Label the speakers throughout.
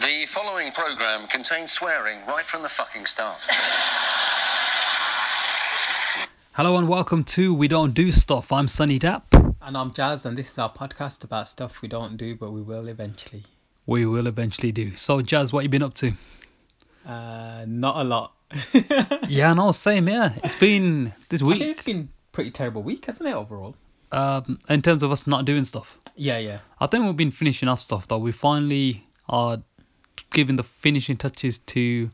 Speaker 1: The following program contains swearing right from the fucking start.
Speaker 2: Hello and welcome to We Don't Do Stuff. I'm Sunny Dapp.
Speaker 3: And I'm Jazz, and this is our podcast about stuff we don't do, but we will eventually.
Speaker 2: We will eventually do. So, Jazz, what you been up to?
Speaker 3: Uh, not a lot.
Speaker 2: Yeah, no, same. Yeah, it's been this
Speaker 3: I think it's
Speaker 2: week.
Speaker 3: been pretty terrible week, hasn't it, overall?
Speaker 2: Um, in terms of us not doing stuff,
Speaker 3: Yeah, yeah.
Speaker 2: I think we've been finishing off stuff though. We finally are giving the finishing touches to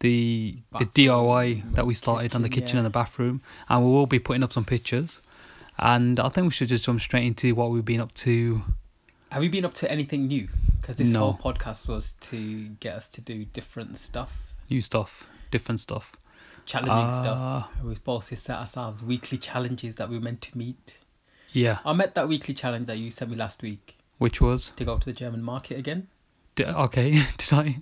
Speaker 2: the
Speaker 3: Bathroom,
Speaker 2: the DIY that we started on the
Speaker 3: kitchen,
Speaker 2: kitchen
Speaker 3: yeah.
Speaker 2: and the bathroom, and we will be putting up some pictures. And I think we should just jump straight into what we've been up to.
Speaker 3: Have you been up to anything new? Because this
Speaker 2: No.
Speaker 3: whole podcast was to get us to do different stuff,
Speaker 2: New stuff, different stuff.
Speaker 3: challenging stuff.
Speaker 2: Ah.
Speaker 3: We have supposed to set ourselves weekly challenges that we were meant to meet.
Speaker 2: Yeah,
Speaker 3: I met that weekly challenge that you sent me last week
Speaker 2: which was
Speaker 3: to go to the German market again.
Speaker 2: D- okay. Did I?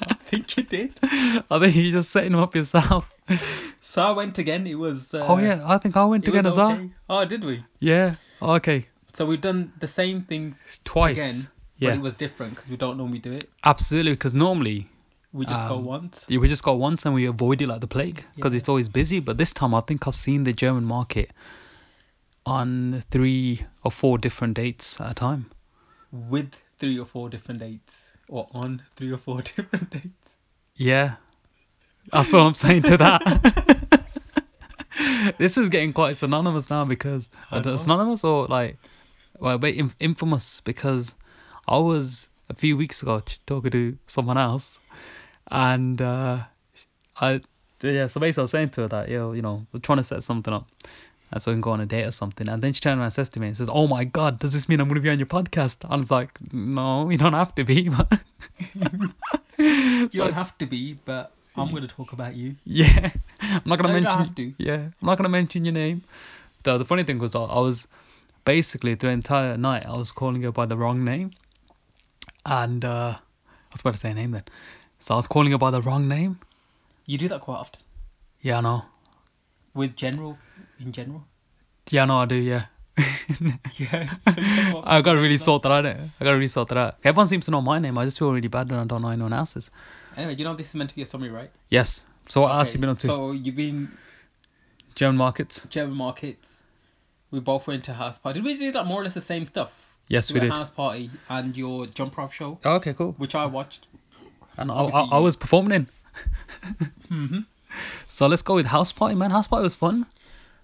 Speaker 3: I think you did.
Speaker 2: I think you're just setting them up yourself.
Speaker 3: So I went again. It was. Uh,
Speaker 2: oh yeah, I think I went
Speaker 3: it was
Speaker 2: again as well.
Speaker 3: okay. Oh, did we?
Speaker 2: Yeah. Okay.
Speaker 3: So we've done the same thing
Speaker 2: Twice.
Speaker 3: again,
Speaker 2: yeah.
Speaker 3: but it was different because we don't normally do it.
Speaker 2: Absolutely, because normally
Speaker 3: We just go
Speaker 2: Um,
Speaker 3: once.
Speaker 2: we just go once and we avoid it like the plague because
Speaker 3: Yeah.
Speaker 2: it's always busy. But this time, I think I've seen the German market on three or four different dates at a time.
Speaker 3: with three or four different dates or on three or four different dates.
Speaker 2: Yeah. That's what I'm saying to that. this is getting quite synonymous now because
Speaker 3: I
Speaker 2: I don't-
Speaker 3: know.
Speaker 2: synonymous or like well wait inf- infamous because I was a few weeks ago ch- talking to someone else and uh I yeah so basically I was saying to her that yo you know we're trying to set something up and so we can go on a date or something and then she turned around and says to me and says oh my god does this mean I'm gonna be on your podcast and I was like no you don't have to be but
Speaker 3: You
Speaker 2: So
Speaker 3: don't
Speaker 2: it's-
Speaker 3: have to be, but I'm going to talk about you.
Speaker 2: yeah, I'm not gonna
Speaker 3: No, you
Speaker 2: mention.
Speaker 3: don't have to.
Speaker 2: Yeah, I'm not gonna mention your name. The the funny thing was I, I was basically the entire night I was calling her by the wrong name, and uh, I was about to say her name then. So I was calling her by the wrong name.
Speaker 3: You do that quite often
Speaker 2: Yeah, I know.
Speaker 3: with general, in general.
Speaker 2: Yeah, I know I do. Yeah.
Speaker 3: Yeah.
Speaker 2: I gotta really sort that out. eh? I gotta really sort that out. Everyone seems to know my name. I just feel really bad when I don't know anyone else's.
Speaker 3: Anyway, you know this is meant to be a summary, right?
Speaker 2: Yes. So what else
Speaker 3: Okay,
Speaker 2: you been up to?
Speaker 3: So you've been
Speaker 2: German markets.
Speaker 3: German markets. We both went to house party. Did we do that more or less the same stuff?
Speaker 2: Yes, we
Speaker 3: went
Speaker 2: did. Oh,
Speaker 3: House party and your jump off show,
Speaker 2: Okay, cool.
Speaker 3: which I watched.
Speaker 2: And I,
Speaker 3: Obviously
Speaker 2: I, I
Speaker 3: you-
Speaker 2: was performing in.
Speaker 3: hmm
Speaker 2: So let's go with house party, man. House party was fun.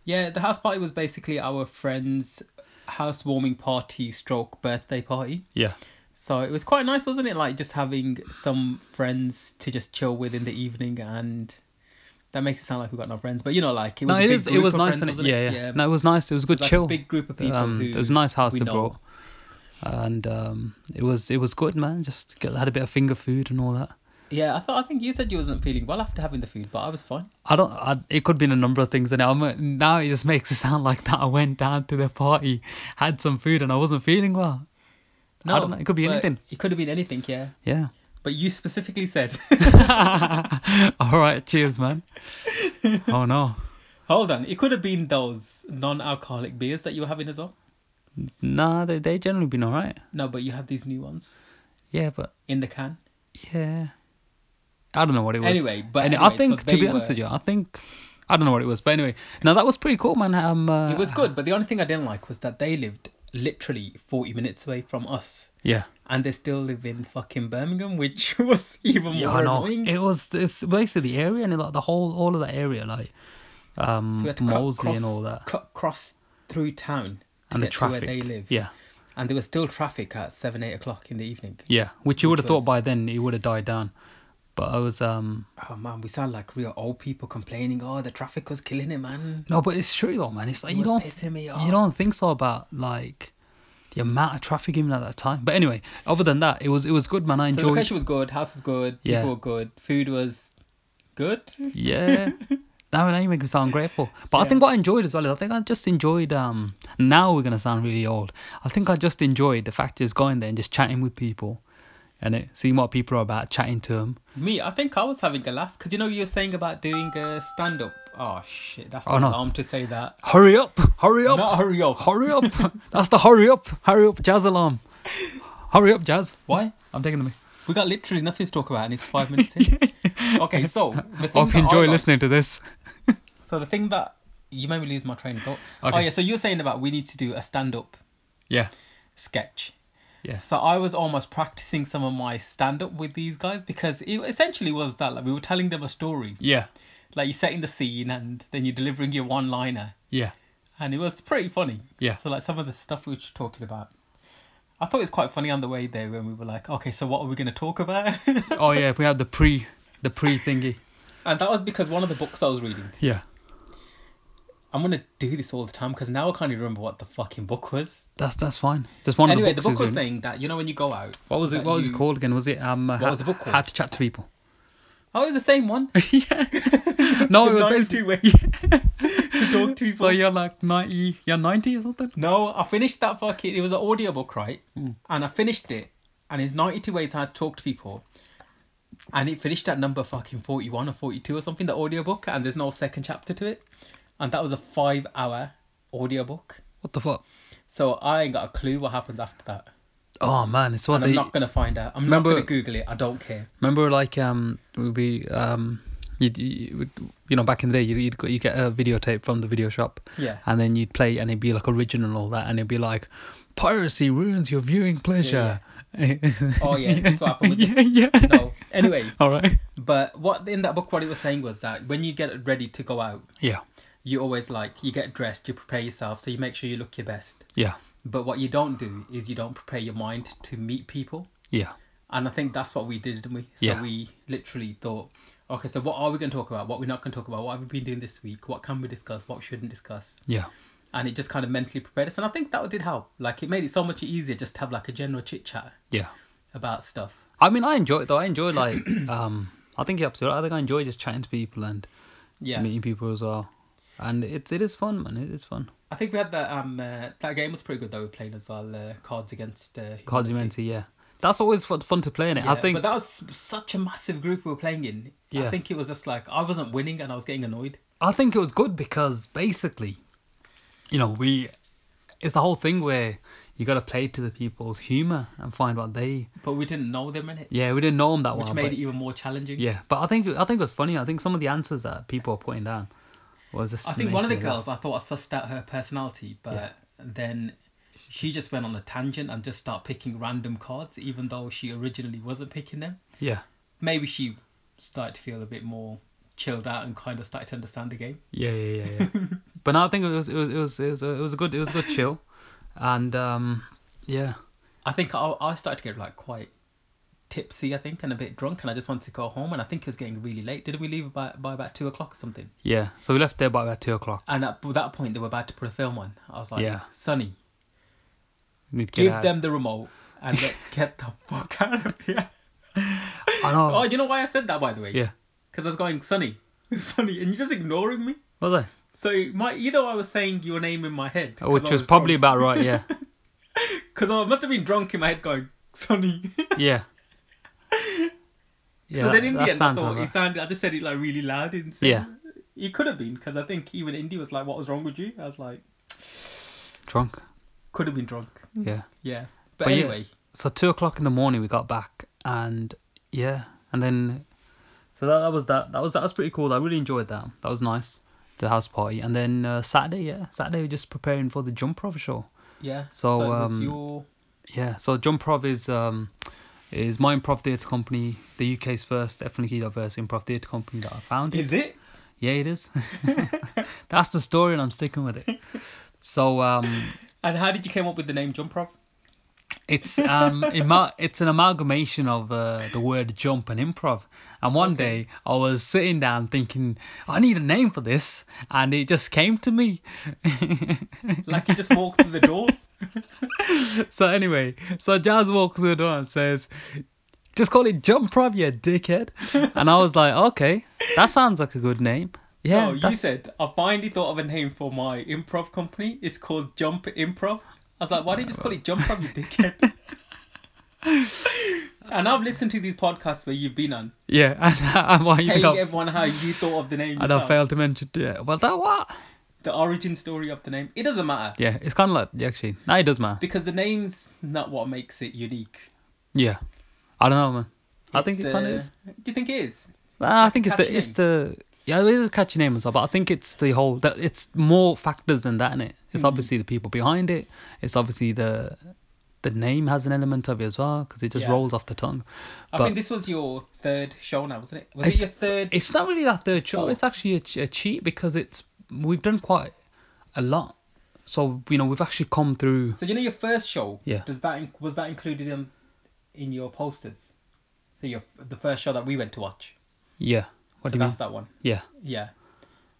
Speaker 3: Yeah, the house party was basically our friend's housewarming party stroke birthday party.
Speaker 2: Yeah.
Speaker 3: So it was quite nice, wasn't it? Like just having some friends to just chill with in the evening, and that makes it sound like we got no friends, but you know, like it was
Speaker 2: No,
Speaker 3: a
Speaker 2: it
Speaker 3: big
Speaker 2: is. It
Speaker 3: group
Speaker 2: was
Speaker 3: of
Speaker 2: nice
Speaker 3: friends,
Speaker 2: and it,
Speaker 3: wasn't
Speaker 2: yeah, yeah, No, it was nice. It was a
Speaker 3: it was
Speaker 2: good
Speaker 3: like
Speaker 2: chill.
Speaker 3: A big group of people.
Speaker 2: um,
Speaker 3: who
Speaker 2: it was a nice house
Speaker 3: we
Speaker 2: they
Speaker 3: know.
Speaker 2: brought, and um, it was it was good, man. Just get, had a bit of finger food and all that.
Speaker 3: Yeah, I thought I think you said you wasn't feeling well after having the food, but I was fine.
Speaker 2: I don't. I, it could have been a number of things, and I'm, now it just makes it sound like that. I went down to the party, had some food, and I wasn't feeling well.
Speaker 3: No,
Speaker 2: don't know, it could be
Speaker 3: but
Speaker 2: anything.
Speaker 3: It could have been anything, yeah.
Speaker 2: Yeah.
Speaker 3: But you specifically said,
Speaker 2: all right. Cheers, man. oh no.
Speaker 3: hold on, it could have been those non-alcoholic beers that you were having as well.
Speaker 2: Nah, they they generally been all right.
Speaker 3: No, but you had these new ones
Speaker 2: Yeah, but
Speaker 3: in the can.
Speaker 2: Yeah. I don't know what it was.
Speaker 3: Anyway, but
Speaker 2: And I
Speaker 3: anyway,
Speaker 2: think
Speaker 3: so
Speaker 2: to be
Speaker 3: they
Speaker 2: honest
Speaker 3: were-
Speaker 2: with you, I think I don't know what it was, but anyway, no, that was pretty cool, man. Um, uh,
Speaker 3: It was good, but the only thing I didn't like was that they lived literally 40 minutes away from us,
Speaker 2: Yeah,
Speaker 3: and they still live in fucking Birmingham, which was even
Speaker 2: yeah,
Speaker 3: more
Speaker 2: I know.
Speaker 3: annoying.
Speaker 2: It was it's basically the area and like the whole all of that area, like
Speaker 3: So
Speaker 2: um
Speaker 3: we had to cut
Speaker 2: Molesley
Speaker 3: cross,
Speaker 2: and all that,
Speaker 3: Cut cross through town to
Speaker 2: and the
Speaker 3: get
Speaker 2: traffic.
Speaker 3: to where they live.
Speaker 2: Yeah,
Speaker 3: And there was still traffic at seven, eight o'clock in the evening.
Speaker 2: yeah. Which you would have
Speaker 3: Which
Speaker 2: thought
Speaker 3: was-
Speaker 2: by then it would have died down, but I was um
Speaker 3: Oh man, we sound like real old people complaining. Oh, the traffic was killing it, man.
Speaker 2: no, but it's true though, man. It's like
Speaker 3: It
Speaker 2: you
Speaker 3: was
Speaker 2: don't
Speaker 3: pissing me
Speaker 2: you
Speaker 3: off.
Speaker 2: don't think so about like the amount of traffic even at that time. But anyway, other than that, it was it was good, man. I
Speaker 3: So the
Speaker 2: enjoyed.
Speaker 3: location was good, house was good,
Speaker 2: Yeah.
Speaker 3: people were good, food was good.
Speaker 2: Yeah. Now, now you make me sound grateful. But I
Speaker 3: Yeah.
Speaker 2: think what I enjoyed as well is I think I just enjoyed. Um, now we're gonna sound really old. I think I just enjoyed the fact just going there and just chatting with people, and it, seeing what people are about, chatting to them.
Speaker 3: Me, I think I was having a laugh because you know you were saying about doing a stand up. Oh shit, that's
Speaker 2: Oh,
Speaker 3: not
Speaker 2: no.
Speaker 3: alarm to say that.
Speaker 2: Hurry up! Hurry up!
Speaker 3: Not hurry up.
Speaker 2: Hurry up! That's the hurry up! Hurry up! Jazz alarm! Hurry up, Jazz!
Speaker 3: Why?
Speaker 2: I'm taking the. mi-
Speaker 3: We got literally nothing to talk about, and it's five minutes in. Okay, so the thing
Speaker 2: Hope
Speaker 3: that I
Speaker 2: you enjoy
Speaker 3: got-
Speaker 2: listening to this.
Speaker 3: So the thing that you made me lose my train of thought. Oh
Speaker 2: Okay.
Speaker 3: yeah, so you're saying about we need to do a stand-up
Speaker 2: Yeah.
Speaker 3: sketch.
Speaker 2: Yes.
Speaker 3: So I was almost practicing some of my stand-up with these guys because it essentially was that like we were telling them a story,
Speaker 2: Yeah.
Speaker 3: like you're setting the scene and then you're delivering your one-liner,
Speaker 2: Yeah.
Speaker 3: and it was pretty funny.
Speaker 2: Yeah.
Speaker 3: So like some of the stuff we were talking about. I thought it was quite funny on the way there when we were like, okay, so what are we going to talk about?
Speaker 2: Oh yeah. We had the pre, the pre thingy.
Speaker 3: and that was because one of the books I was reading.
Speaker 2: Yeah.
Speaker 3: I'm going to do this all the time because now I can't even remember what the fucking book was.
Speaker 2: That's that's fine. Just one
Speaker 3: anyway,
Speaker 2: of the
Speaker 3: the
Speaker 2: books.
Speaker 3: book was
Speaker 2: is in-
Speaker 3: saying that you know when you go out.
Speaker 2: what was it?
Speaker 3: that
Speaker 2: What was it
Speaker 3: you-
Speaker 2: called again? Was it um? What
Speaker 3: was the book
Speaker 2: How
Speaker 3: called?
Speaker 2: to chat to people.
Speaker 3: Oh, it's the same one.
Speaker 2: yeah. No, it was
Speaker 3: Not in
Speaker 2: basically-
Speaker 3: two ways. to talk to
Speaker 2: So
Speaker 3: people.
Speaker 2: you're like ninety. You're ninety or something.
Speaker 3: No, I finished that fucking. It was an audiobook, right? And I finished it, and it's 92 ways how to talk to people. And it finished at number fucking 41 or 42 or something, the audiobook, and there's no second chapter to it. And that was a five hour audiobook.
Speaker 2: What the fuck?
Speaker 3: So I ain't got a clue what happens after that.
Speaker 2: Oh man, it's what
Speaker 3: And
Speaker 2: they
Speaker 3: I'm not going to find out. I'm
Speaker 2: Remember-
Speaker 3: not going to Google it. I don't care.
Speaker 2: remember. Like um, it would be um, you you would- you know back in the day you you'd, go- you get a videotape from the video shop.
Speaker 3: Yeah.
Speaker 2: and then you'd play and it'd be like original and all that and it'd be like piracy ruins your viewing pleasure
Speaker 3: Oh, yeah, that's what happened with
Speaker 2: yeah, yeah.
Speaker 3: No. Anyway,
Speaker 2: all right
Speaker 3: but what in that book, what it was saying was that when you get ready to go out,
Speaker 2: yeah
Speaker 3: you always like, you get dressed, you prepare yourself, so you make sure you look your best.
Speaker 2: yeah
Speaker 3: But what you don't do is you don't prepare your mind to meet people.
Speaker 2: yeah
Speaker 3: And I think that's what we did, didn't we? So
Speaker 2: Yeah.
Speaker 3: we literally thought, okay, so what are we going to talk about? What we're not going to talk about? What have we been doing this week? What can we discuss? What shouldn't discuss?
Speaker 2: yeah
Speaker 3: And it just kind of mentally prepared us. And I think that did help. Like it made it so much easier just to have like a general chit chat
Speaker 2: yeah
Speaker 3: about stuff.
Speaker 2: i mean i enjoy it though i enjoy like um i think you're absolutely right. i think i enjoy just chatting to people and
Speaker 3: Yeah.
Speaker 2: meeting people as well and it's it is fun man it is fun
Speaker 3: I think we had that um uh, that game was pretty good that we played as well. Uh, Cards Against uh,
Speaker 2: cards humanity
Speaker 3: Humanity.
Speaker 2: yeah that's always fun, fun to play in it
Speaker 3: Yeah,
Speaker 2: i think
Speaker 3: But that was such a massive group we were playing in.
Speaker 2: Yeah.
Speaker 3: I think it was just like I wasn't winning and I was getting annoyed.
Speaker 2: I think it was good because basically, you know, we it's the whole thing where you got to play to the people's humor and find what they.
Speaker 3: But we didn't know them in it.
Speaker 2: Yeah, we didn't know them that
Speaker 3: which
Speaker 2: well.
Speaker 3: made
Speaker 2: Oh, but-
Speaker 3: it even more challenging.
Speaker 2: yeah, but I think I think it was funny. I think some of the answers that people are putting down was just.
Speaker 3: I think one of the
Speaker 2: making me laugh.
Speaker 3: girls, I thought I sussed out her personality, but
Speaker 2: Yeah.
Speaker 3: then she just went on a tangent and just started picking random cards, even though she originally wasn't picking them.
Speaker 2: Yeah,
Speaker 3: Maybe she started to feel a bit more chilled out and kind of started to understand the game.
Speaker 2: yeah, yeah, yeah. yeah. but no, I think it was it was it was it was it was a good it was a good chill, and um yeah
Speaker 3: I think I, I started to get like quite tipsy, I think, and a bit drunk, and I just wanted to go home. And I think it was getting really late. Didn't we leave by, by about two o'clock or something?
Speaker 2: yeah. So we left there by about two o'clock.
Speaker 3: And at that point, they were about to put a film on. I was like,
Speaker 2: Yeah.
Speaker 3: Sonny,
Speaker 2: Need to get
Speaker 3: give
Speaker 2: out.
Speaker 3: them the remote and let's get the fuck out of here.
Speaker 2: I know.
Speaker 3: Oh, you know why I said that by the way?
Speaker 2: Yeah.
Speaker 3: Because I was going Sonny, Sonny, and you're just ignoring me.
Speaker 2: Was I?
Speaker 3: So my either I was saying your name in my head,
Speaker 2: Which was probably about right. Yeah.
Speaker 3: because I must have been drunk in my head going Sonny.
Speaker 2: Yeah. Yeah,
Speaker 3: so
Speaker 2: that,
Speaker 3: then in
Speaker 2: that
Speaker 3: the end, I
Speaker 2: sounds
Speaker 3: thought
Speaker 2: about
Speaker 3: it
Speaker 2: right.
Speaker 3: sounded. I just said it like really loud. And so
Speaker 2: Yeah.
Speaker 3: You could have been because I think even Indy was like, "What was wrong with you?" I was like,
Speaker 2: drunk.
Speaker 3: "Could have been drunk."
Speaker 2: Yeah.
Speaker 3: Yeah. But,
Speaker 2: But yeah.
Speaker 3: anyway,
Speaker 2: So two o'clock in the morning we got back, and yeah, and then so that, that was that. That was that was pretty cool. I really enjoyed that. That was nice. The house party, and then uh, Saturday, yeah, Saturday we're just preparing for the jump off show.
Speaker 3: yeah.
Speaker 2: So,
Speaker 3: it was
Speaker 2: um,
Speaker 3: your
Speaker 2: Yeah, so Jumprov is um is my improv theatre company, the UK's first ethnically diverse improv theatre company that I founded.
Speaker 3: is it?
Speaker 2: Yeah, it is. That's the story, and I'm sticking with it. So um,
Speaker 3: And how did you came up with the name Jump Rob?
Speaker 2: It's um, ima- it's an amalgamation of uh, the word jump and improv. And one
Speaker 3: Okay.
Speaker 2: day I was sitting down thinking, I need a name for this, and it just came to me.
Speaker 3: Like you just walked through the door.
Speaker 2: so anyway, so Jazz walks through the door and says, "Just call it jump prov, you dickhead." And I was like, "Okay, that sounds like a good name." Yeah,
Speaker 3: no, Oh, you
Speaker 2: that's-
Speaker 3: said I finally thought of a name for my improv company. It's called Jump Improv. I was like, why don't you just call it Jump Improv, you dickhead? and I've listened to these podcasts where you've been on,
Speaker 2: yeah. And, and why you
Speaker 3: telling
Speaker 2: got,
Speaker 3: everyone how you thought of the name.
Speaker 2: and I
Speaker 3: yourself.
Speaker 2: failed to mention. Yeah, well, that what?
Speaker 3: The origin story of the name. It doesn't matter
Speaker 2: Yeah, it's kind of like yeah, actually, no, it does matter.
Speaker 3: because the name's not what makes it unique.
Speaker 2: Yeah. I don't know, man. I
Speaker 3: It's uh,
Speaker 2: think it
Speaker 3: the-
Speaker 2: kind of is.
Speaker 3: Do you think it is?
Speaker 2: Nah, I think it's
Speaker 3: catchy
Speaker 2: the it's
Speaker 3: name.
Speaker 2: the yeah, it is a catchy name as well, but I think it's the whole that it's more factors than that in it.
Speaker 3: Hmm.
Speaker 2: It's obviously the people behind it. It's obviously the the name has an element of it as well because it just
Speaker 3: Yeah.
Speaker 2: rolls off the tongue.
Speaker 3: I
Speaker 2: But-
Speaker 3: think this was your third show now, wasn't it? Was it
Speaker 2: It's-
Speaker 3: your third?
Speaker 2: It's not really that third show.
Speaker 3: Four.
Speaker 2: It's actually a, ch- a cheat because it's we've done quite a lot. So you know we've actually come through.
Speaker 3: So you know your first show.
Speaker 2: Yeah.
Speaker 3: Does that in- was that included in in your posters? So your the first show that we went to watch.
Speaker 2: Yeah. What
Speaker 3: so
Speaker 2: do you
Speaker 3: that's
Speaker 2: mean?
Speaker 3: that one.
Speaker 2: Yeah.
Speaker 3: Yeah.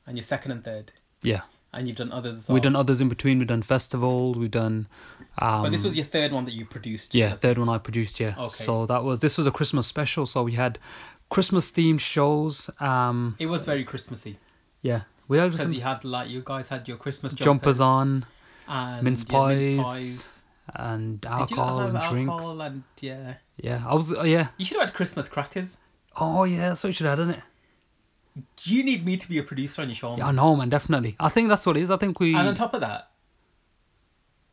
Speaker 3: And your second and third.
Speaker 2: Yeah.
Speaker 3: And you've done others as well.
Speaker 2: We've done others in between. We've done festivals. We've done. Um,
Speaker 3: But this was your third one that you produced.
Speaker 2: Yeah,
Speaker 3: That's-
Speaker 2: third one I produced. Yeah.
Speaker 3: Okay.
Speaker 2: So that was this was a Christmas special. So we had Christmas themed shows. Um.
Speaker 3: It was very Christmassy
Speaker 2: Yeah. We had
Speaker 3: because
Speaker 2: some
Speaker 3: you had like you guys had your Christmas
Speaker 2: jumpers,
Speaker 3: jumpers,
Speaker 2: on
Speaker 3: and
Speaker 2: mince
Speaker 3: your mince
Speaker 2: pies,
Speaker 3: pies.
Speaker 2: and
Speaker 3: Did you not
Speaker 2: alcohol
Speaker 3: have
Speaker 2: and
Speaker 3: alcohol
Speaker 2: drinks.
Speaker 3: and yeah.
Speaker 2: Yeah. I was. Uh, yeah.
Speaker 3: You should have had Christmas crackers.
Speaker 2: Oh yeah. That's what you should have done it.
Speaker 3: You need me to be a producer on your show.
Speaker 2: Yeah, I
Speaker 3: man.
Speaker 2: know, man. Definitely. I think that's what it is. I think we
Speaker 3: Oh. and on top of that,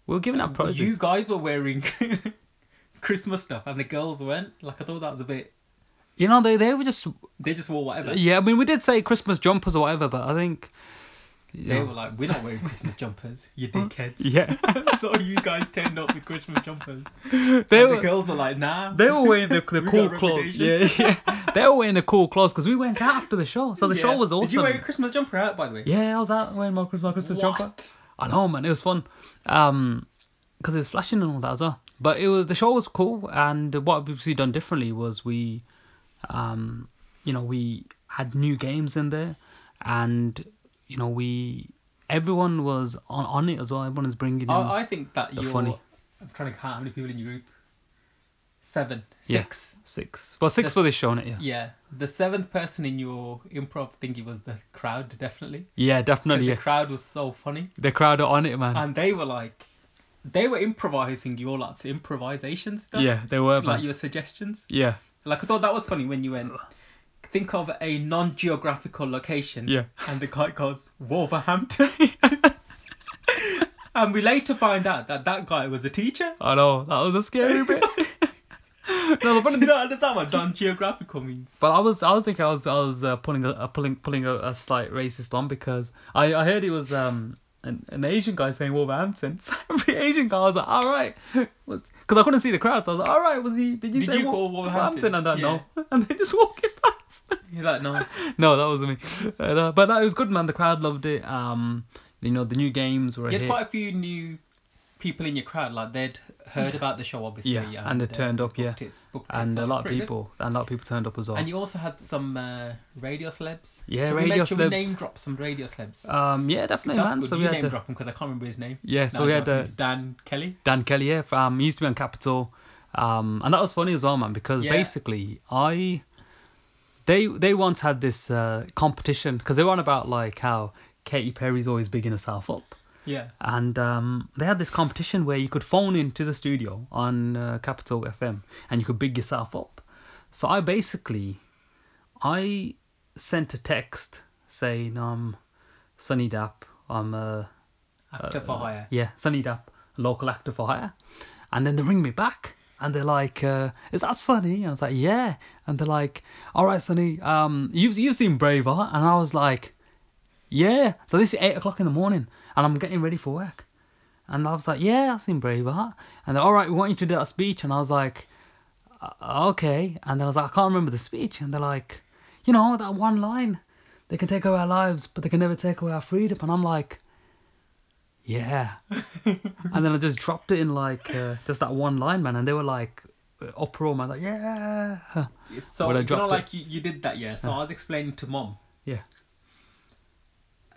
Speaker 2: we were giving out prizes.
Speaker 3: Um, you guys were wearing Christmas stuff and the girls weren't. Like I thought that was a bit.
Speaker 2: You know, they they were just
Speaker 3: They just wore whatever.
Speaker 2: yeah. I mean, we did say Christmas jumpers or whatever, but I think you
Speaker 3: They
Speaker 2: know.
Speaker 3: were like, we're not wearing Christmas jumpers, you dickheads.
Speaker 2: yeah.
Speaker 3: so you guys turned up with Christmas jumpers.
Speaker 2: they
Speaker 3: and the
Speaker 2: were
Speaker 3: girls are like, nah.
Speaker 2: they were wearing the, the
Speaker 3: We
Speaker 2: cool
Speaker 3: got
Speaker 2: clothes. Yeah,
Speaker 3: reputation.
Speaker 2: yeah. They were wearing the cool clothes because we went out after the show, so the
Speaker 3: Yeah.
Speaker 2: show was awesome.
Speaker 3: Did you wear your Christmas jumper out, by the way?
Speaker 2: Yeah, I was out wearing my Christmas, my Christmas jumper.
Speaker 3: What?
Speaker 2: I know, man. It was fun. Um, because it was flashing and all that as well. But it was the show was cool, and what we've obviously done differently was we, um, you know, we had new games in there, and you know we everyone was on on it as well. Everyone is bringing in.
Speaker 3: I, I think that
Speaker 2: They're
Speaker 3: you're.
Speaker 2: funny.
Speaker 3: I'm trying to count how many people in your group. Seven.
Speaker 2: Yeah.
Speaker 3: Six.
Speaker 2: six. Well, six
Speaker 3: the-
Speaker 2: for this show, innit? Yeah.
Speaker 3: Yeah. The seventh person in your improv thingy was the crowd, definitely.
Speaker 2: Yeah,
Speaker 3: Because
Speaker 2: definitely.
Speaker 3: the
Speaker 2: Yeah.
Speaker 3: crowd was so funny.
Speaker 2: The crowd are on it, man.
Speaker 3: And they were like, they were improvising your lots of improvisation stuff.
Speaker 2: yeah, they were,
Speaker 3: Like
Speaker 2: man.
Speaker 3: your suggestions.
Speaker 2: Yeah,
Speaker 3: Like I thought that was funny when you went. Think of a non-geographical location.
Speaker 2: Yeah.
Speaker 3: And the guy goes Wolverhampton. and we later find out that that guy was a teacher.
Speaker 2: I know. That was a scary bit. no, the
Speaker 3: Do
Speaker 2: funny
Speaker 3: you not understand what non-geographical means?
Speaker 2: But I was, I was thinking, I was, I was uh, pulling, a, uh, pulling, pulling a, a slight racist on because I, I heard it was um an, an Asian guy saying Wolverhampton. So every Asian guy, I was like, all right, because I couldn't see the crowd, so I was like, all right, was he? Did you
Speaker 3: Did
Speaker 2: say
Speaker 3: you
Speaker 2: Wol-
Speaker 3: call Wolverhampton?
Speaker 2: And that
Speaker 3: Yeah.
Speaker 2: no, and they just walking past.
Speaker 3: He's like, no.
Speaker 2: no, that wasn't me. Uh, no, but no, it was good, man. The crowd loved it. Um, you know, the new games were a
Speaker 3: You had
Speaker 2: hit.
Speaker 3: quite a few new people in your crowd. Like they'd heard about the show, obviously.
Speaker 2: Yeah, and they
Speaker 3: uh,
Speaker 2: turned up, yeah.
Speaker 3: booked it- booked it,
Speaker 2: and
Speaker 3: so
Speaker 2: a
Speaker 3: it's
Speaker 2: lot of
Speaker 3: pretty good.
Speaker 2: people, and a lot of people turned up as well.
Speaker 3: And you also had some uh, radio celebs.
Speaker 2: Yeah,
Speaker 3: Should we
Speaker 2: radio
Speaker 3: make, should
Speaker 2: celebs.
Speaker 3: We name drop some radio celebs.
Speaker 2: um, yeah, definitely,
Speaker 3: That's
Speaker 2: man.
Speaker 3: good.
Speaker 2: So we
Speaker 3: you
Speaker 2: had
Speaker 3: name
Speaker 2: the-
Speaker 3: drop him because I can't remember his name.
Speaker 2: yeah,
Speaker 3: Now
Speaker 2: so we had
Speaker 3: drop him.
Speaker 2: uh,
Speaker 3: It's Dan Kelly.
Speaker 2: Dan Kelly, yeah, um, he used to be on Capital, um, and that was funny as well, man, because
Speaker 3: Yeah.
Speaker 2: basically I, they they once had this uh, competition because they were on about like how Katy Perry's always bigging herself up,
Speaker 3: Yeah.
Speaker 2: and um, they had this competition where you could phone into the studio on uh, Capital FM and you could big yourself up. So I basically, I sent a text saying um, Sunny Dap, I'm uh,
Speaker 3: Actor for hire.
Speaker 2: yeah, Sunny Dap, a local actor for hire. And then they ring me back and they're like, uh, is that Sunny? And I was like, yeah. And they're like, all right, Sunny, um, you've, you've seen Braveheart. And I was like, yeah. So this is 8 o'clock in the morning and I'm getting ready for work. And I was like, yeah, I've seen Braveheart. And they're, all right, we want you to do that speech. And I was like, "Uh, okay. And then I was like, I can't remember the speech. And they're like, you know, that one line. They can take away our lives, but they can never take away our freedom. And I'm like, yeah. and then I just dropped it in like uh, just that one line, man. And they were like, uh, uproar, man. Like, yeah.
Speaker 3: So
Speaker 2: Well, I
Speaker 3: you
Speaker 2: dropped
Speaker 3: know,
Speaker 2: it.
Speaker 3: like you, you did that, yeah. So I was explaining to mom
Speaker 2: Yeah.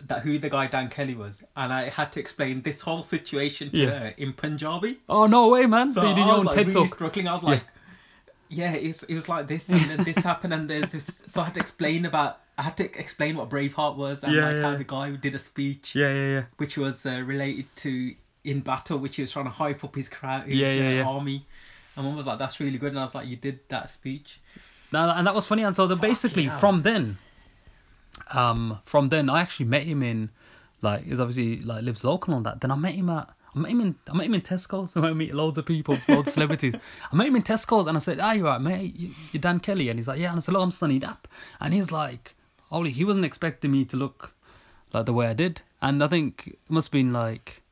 Speaker 3: that who the guy Dan Kelly was, and I had to explain this whole situation to
Speaker 2: Yeah.
Speaker 3: her in Punjabi.
Speaker 2: Oh, no way, man. So,
Speaker 3: So
Speaker 2: you did
Speaker 3: I
Speaker 2: your
Speaker 3: was
Speaker 2: own
Speaker 3: like
Speaker 2: TED
Speaker 3: really
Speaker 2: talk.
Speaker 3: struggling. I was like, yeah, it was, it was like this, and then this happened, and there's this. So I had to explain about, I had to explain what Braveheart was, and
Speaker 2: Yeah,
Speaker 3: like how
Speaker 2: yeah.
Speaker 3: the guy did a speech,
Speaker 2: Yeah, yeah, yeah.
Speaker 3: which was uh, related to in battle, which he was trying to hype up his crowd, his
Speaker 2: Yeah, yeah,
Speaker 3: uh,
Speaker 2: yeah.
Speaker 3: army. And mum was like, that's really good, and I was like, you did that speech.
Speaker 2: No, and that was funny. And so the, basically
Speaker 3: hell.
Speaker 2: from then, um, from then I actually met him in, like, he's obviously like lives local and all that. Then I met him at I met him in I met him in Tesco's and I meet loads of people, loads of celebrities. I met him in Tesco's and I said, "Ah, you're right, mate. You, you're Dan Kelly." And he's like, "Yeah." And I said, "Look, I'm Sunny Dap." And he's like, "Holy!" He wasn't expecting me to look like the way I did. And I think it must have been like,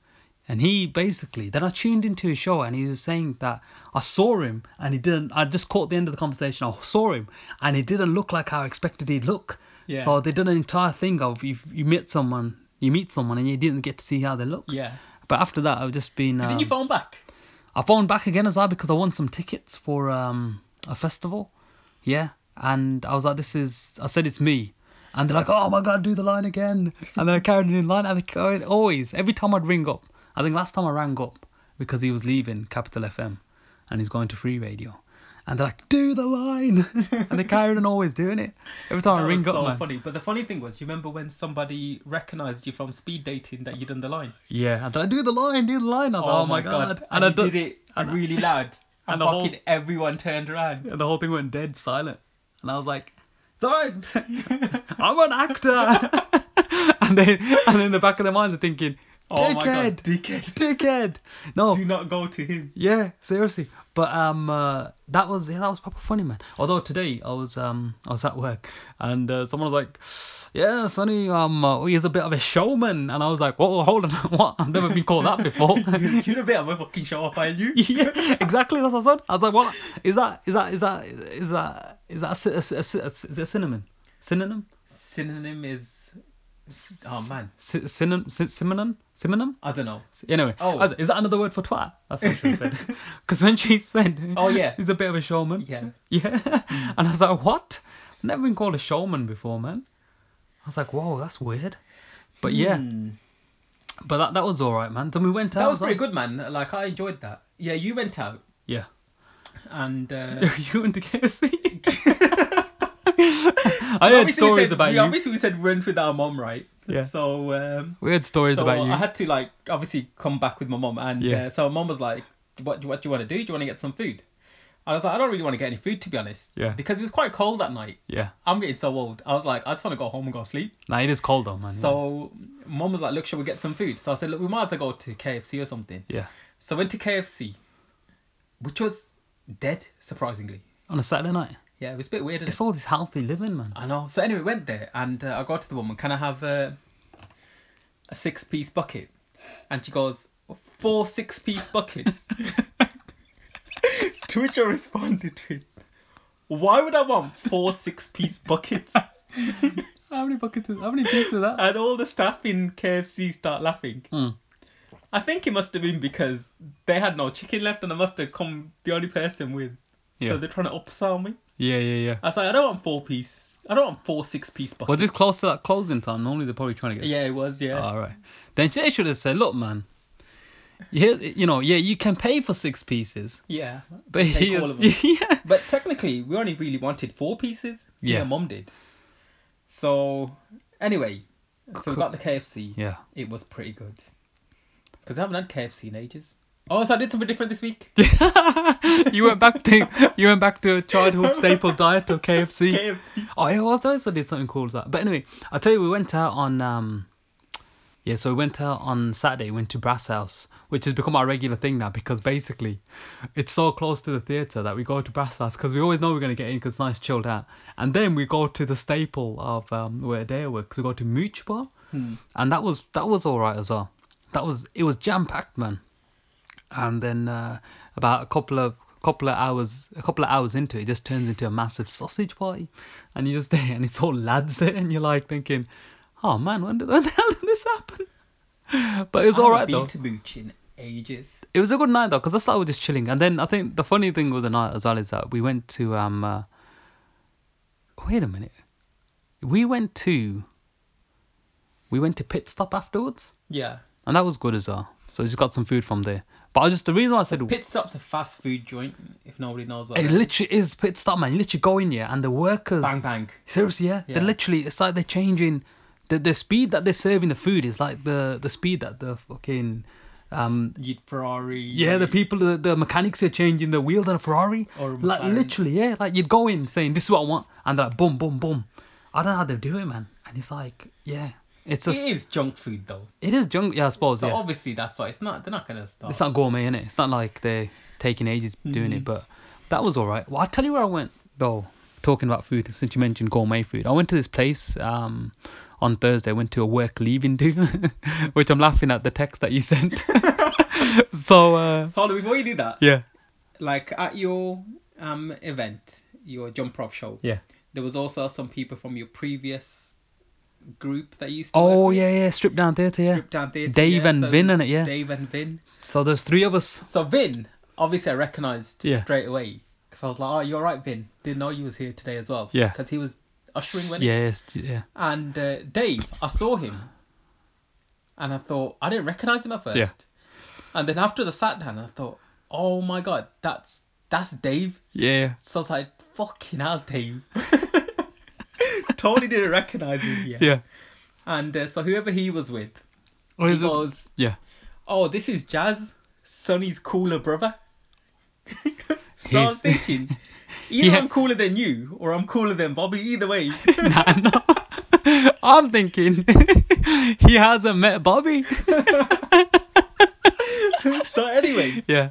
Speaker 2: and he basically then I tuned into his show and he was saying that I saw him and he didn't. I just caught the end of the conversation. I saw him and he didn't look like how I expected he'd look.
Speaker 3: Yeah.
Speaker 2: So they did an entire thing of you you meet someone, you meet someone and you didn't get to see how they look.
Speaker 3: Yeah.
Speaker 2: But after that, I've just been. Um,
Speaker 3: Didn't you phone back?
Speaker 2: I phoned back again as well because I won some tickets for um, a festival. Yeah. And I was like, this is. I said, it's me. And they're like, oh my God, do the line again. And then I carried it in line. And I carried, always, every time I'd ring up, I think last time I rang up because he was leaving Capital FM and he's going to free radio. And they're like, do the line. and they carried on always doing it. Every time
Speaker 3: That
Speaker 2: I ring
Speaker 3: was
Speaker 2: up,
Speaker 3: so
Speaker 2: man.
Speaker 3: funny. But the funny thing was, you remember when somebody recognised you from speed dating that you'd done the line?
Speaker 2: Yeah. And they're like, do the line, do the line. I was like, oh my God.
Speaker 3: And, I
Speaker 2: done-
Speaker 3: did it
Speaker 2: and I-
Speaker 3: really loud. And,
Speaker 2: and the whole-
Speaker 3: fucking everyone turned around.
Speaker 2: And the whole thing went dead silent. And I was like, it's Oh alright. I'm an actor. and they, and in the back of their minds, they're thinking,
Speaker 3: Oh my God,
Speaker 2: dickhead,
Speaker 3: dickhead.
Speaker 2: dickhead. No,
Speaker 3: Do not go to him.
Speaker 2: yeah, seriously. But um, uh, that was yeah, that was proper funny, man. Although today I was um I was at work and uh, someone was like, yeah, Sonny, um, uh, he's a bit of a showman, and I was like, whoa, hold on, what? I've never been called that before.
Speaker 3: You're a bit of a fucking show off, are you?
Speaker 2: yeah, exactly. That's what I said. I was like, what is that? Is that? Is that? Is that? Is that a, sy- a, sy- a, sy- a, sy- is it a synonym? Synonym?
Speaker 3: Synonym is. Oh man,
Speaker 2: Sy- synonym? sy- Synonym? Synonym?
Speaker 3: I don't know.
Speaker 2: Anyway,
Speaker 3: Oh.
Speaker 2: I was- is that another word for twat? That's what she said. Because when she said,
Speaker 3: Oh, yeah.
Speaker 2: he's a bit of a showman.
Speaker 3: Yeah. Mm.
Speaker 2: yeah. And I was like, what? I've never been called a showman before, man. I was like, whoa, that's weird. But yeah,
Speaker 3: Hmm.
Speaker 2: but that, that was all right, man. Then we went out.
Speaker 3: that was
Speaker 2: as well.
Speaker 3: pretty good, man. Like I enjoyed that. Yeah, you went out
Speaker 2: Yeah.
Speaker 3: and. Uh,
Speaker 2: you went to KFC. I heard
Speaker 3: Obviously we
Speaker 2: stories
Speaker 3: said-
Speaker 2: about
Speaker 3: we,
Speaker 2: you.
Speaker 3: Obviously, we said we went with our mom, right?
Speaker 2: Yeah.
Speaker 3: So um,
Speaker 2: We heard stories
Speaker 3: so
Speaker 2: about you.
Speaker 3: I had to like obviously come back with my mom, and
Speaker 2: Yeah.
Speaker 3: uh, so my mom was like, "What what do you want to do? Do you want to get some food?" And I was like, "I don't really want to get any food, to be honest."
Speaker 2: Yeah.
Speaker 3: Because it was quite cold that night.
Speaker 2: Yeah.
Speaker 3: I'm getting so old. I was like, I just want to go home and go sleep.
Speaker 2: Nah, it is cold though, man.
Speaker 3: So mom was like, "Look, shall we get some food?" So I said, "Look, we might as well go to KFC or something."
Speaker 2: yeah.
Speaker 3: So I went to KFC, which was dead surprisingly.
Speaker 2: On a Saturday night.
Speaker 3: Yeah, it was a bit weird. innit?
Speaker 2: It's all this healthy living, man.
Speaker 3: I know. So anyway, went there and uh, I go to the woman, can I have uh, a six piece bucket? And she goes, four six piece buckets. to which I responded with, why would I want four six piece buckets?
Speaker 2: How many buckets? Is, how many pieces of that?
Speaker 3: And all the staff in KFC start laughing.
Speaker 2: Mm.
Speaker 3: I think it must have been because they had no chicken left and I must have come the only person with.
Speaker 2: Yeah.
Speaker 3: So they're trying to upsell me.
Speaker 2: yeah, yeah, yeah.
Speaker 3: I was like, I don't want four piece. I don't want four six piece buckets.
Speaker 2: Was this close to that closing time? Normally they're probably trying to get.
Speaker 3: Yeah, it was, yeah.
Speaker 2: All right. Then they should have said, look, man. Here, you know, yeah, you can pay for six pieces,
Speaker 3: Yeah.
Speaker 2: but
Speaker 3: take
Speaker 2: here's
Speaker 3: all of them.
Speaker 2: yeah.
Speaker 3: But technically, we only really wanted four pieces. Me
Speaker 2: Yeah.
Speaker 3: and mom did. So, anyway, so
Speaker 2: Cool.
Speaker 3: we got the KFC.
Speaker 2: Yeah.
Speaker 3: It was pretty good. Because I haven't had KFC in ages. Oh, so I did something different this week.
Speaker 2: you went back to you went back to a childhood staple diet of KFC.
Speaker 3: KFC.
Speaker 2: Oh yeah, well, I also did something cool as that. But anyway, I tell you, we went out on um, yeah, so we went out on Saturday. Went to Brass House, which has become our regular thing now because basically, it's so close to the theatre that we go to Brass House because we always know we're gonna get in because it's nice chilled out. And then we go to the staple of um, where they work. 'cause we go to Mooch Bar, and that was that was all right as well. That was it was jam packed, man and then uh, about a couple of couple of hours a couple of hours into it, it just turns into a massive sausage party and you're just there and it's all lads there and you're like thinking oh man when did, when the hell did this happen but it was
Speaker 3: I
Speaker 2: all
Speaker 3: haven't
Speaker 2: right
Speaker 3: been
Speaker 2: though
Speaker 3: to Mooch in ages.
Speaker 2: it was a good night though because i started with just chilling and then i think the funny thing with the night as well is that we went to um uh, wait a minute we went to we went to pit stop afterwards
Speaker 3: Yeah.
Speaker 2: and that was good as well so we just got some food from there but i just the reason why i said
Speaker 3: Pit Stop's a fast food joint, if nobody knows what
Speaker 2: It
Speaker 3: that is.
Speaker 2: literally is pit stop, man. You literally go in here, and the workers.
Speaker 3: Bang, bang.
Speaker 2: Seriously, yeah.
Speaker 3: Yeah.
Speaker 2: They're literally. It's like they're changing. The, the speed that they're serving the food is like the the speed that the fucking. Um,
Speaker 3: You'd Ferrari.
Speaker 2: yeah, the people, the, the mechanics are changing the wheels on a Ferrari.
Speaker 3: Or a
Speaker 2: like
Speaker 3: McLaren.
Speaker 2: literally, yeah. Like you'd go in saying, "This is what I want," and they're like, "Boom, boom, boom." I don't know how they do it, man. And it's like, yeah, It's
Speaker 3: It
Speaker 2: just
Speaker 3: is junk food though.
Speaker 2: it is junk. Yeah, I suppose.
Speaker 3: So
Speaker 2: yeah,
Speaker 3: obviously that's why it's not. They're not gonna stop.
Speaker 2: it's not gourmet in it. It's not like they're taking ages doing it, but that was all right. Well, I'll tell you where I went though. Talking about food, since you mentioned gourmet food, I went to this place um on Thursday. I went to a work leaving do, which I'm laughing at the text that you sent. so uh,
Speaker 3: Hold on, before you do that,
Speaker 2: yeah,
Speaker 3: like at your um event, your jump prop show,
Speaker 2: yeah.
Speaker 3: there was also some people from your previous group that you used to
Speaker 2: Oh
Speaker 3: work
Speaker 2: yeah, yeah. Strip down theatre, yeah.
Speaker 3: Strip Down Theatre,
Speaker 2: Dave
Speaker 3: yeah,
Speaker 2: and
Speaker 3: so
Speaker 2: Vin in it, yeah.
Speaker 3: Dave and Vin.
Speaker 2: So there's three of us.
Speaker 3: So Vin, obviously I recognised
Speaker 2: Yeah.
Speaker 3: straight away because I was like, oh, you're right, Vin. Didn't know you was here today as well.
Speaker 2: Yeah.
Speaker 3: Because he was ushering when
Speaker 2: Yes, yeah.
Speaker 3: And uh, Dave, I saw him, and I thought I didn't recognise him at first.
Speaker 2: Yeah.
Speaker 3: And then after the sat down, I thought, oh my god, that's that's Dave.
Speaker 2: Yeah.
Speaker 3: So I was like, fucking hell, Dave. totally didn't recognise him. Yeah.
Speaker 2: Yeah.
Speaker 3: And uh, so whoever he was with,
Speaker 2: Or
Speaker 3: he
Speaker 2: is it-
Speaker 3: goes,
Speaker 2: Yeah.
Speaker 3: oh, this is Jazz, Sonny's cooler brother. so I
Speaker 2: He's-
Speaker 3: was thinking, either
Speaker 2: Yeah.
Speaker 3: I'm cooler than you or I'm cooler than Bobby, either way.
Speaker 2: nah, no. I'm thinking he hasn't met Bobby.
Speaker 3: so anyway,
Speaker 2: Yeah.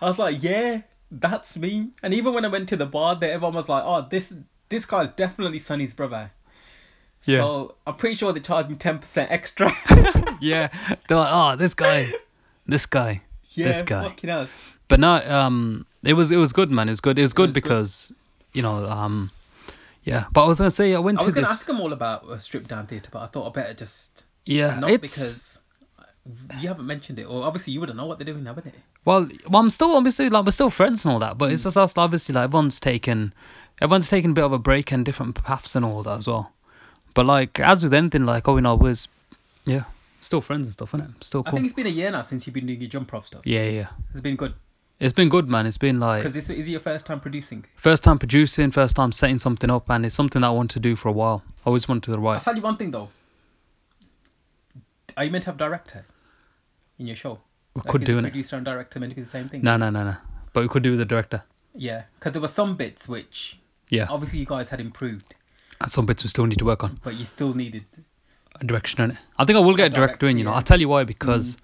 Speaker 3: I was like, yeah, that's me. And even when I went to the bar there, everyone was like, oh, this this guy's definitely Sonny's brother.
Speaker 2: Yeah.
Speaker 3: So I'm pretty sure they charged me 10% extra.
Speaker 2: Yeah. They're like, oh, this guy, this guy,
Speaker 3: yeah,
Speaker 2: this guy.
Speaker 3: fucking hell.
Speaker 2: But no, um, it was it was good, man. It was good. It was good
Speaker 3: was good.
Speaker 2: because, you know, um, yeah. But I was gonna say I went
Speaker 3: I
Speaker 2: to
Speaker 3: was going
Speaker 2: this.
Speaker 3: to ask them all about uh, Strip Down Theatre, but I thought I better just
Speaker 2: yeah.
Speaker 3: not
Speaker 2: Uh, it's
Speaker 3: because you haven't mentioned it, or obviously you wouldn't know what they're doing, haven't it?
Speaker 2: Well, well, I'm still obviously like we're still friends and all that, but
Speaker 3: Mm.
Speaker 2: it's just us. Obviously, like everyone's taken, everyone's taken a bit of a break and different paths and all that as well. But like as with anything, like oh, you know, we're s- yeah, still friends and stuff, isn't it? Still
Speaker 3: I
Speaker 2: cool.
Speaker 3: think it's been a year now since you've been doing your jump off stuff.
Speaker 2: Yeah, yeah.
Speaker 3: It's been good
Speaker 2: It's been good, man. It's been like
Speaker 3: because this is it your first time producing.
Speaker 2: first time producing, first time setting something up, and it's something that I want to do for a while. I always wanted to
Speaker 3: I'll
Speaker 2: write.
Speaker 3: tell you one thing though. Are you meant to have director in your show?
Speaker 2: We could
Speaker 3: is
Speaker 2: do,
Speaker 3: a
Speaker 2: innit?
Speaker 3: Producer and director meant to be the same thing.
Speaker 2: No, no, no, no. But we could do with the director.
Speaker 3: Yeah, because there were some bits which
Speaker 2: Yeah,
Speaker 3: obviously you guys had improved,
Speaker 2: and some bits we still need to work on.
Speaker 3: but you still needed.
Speaker 2: a direction on it. I think I will get a
Speaker 3: direct,
Speaker 2: director in, you know.
Speaker 3: yeah. Mm-hmm.
Speaker 2: I'll tell you why, because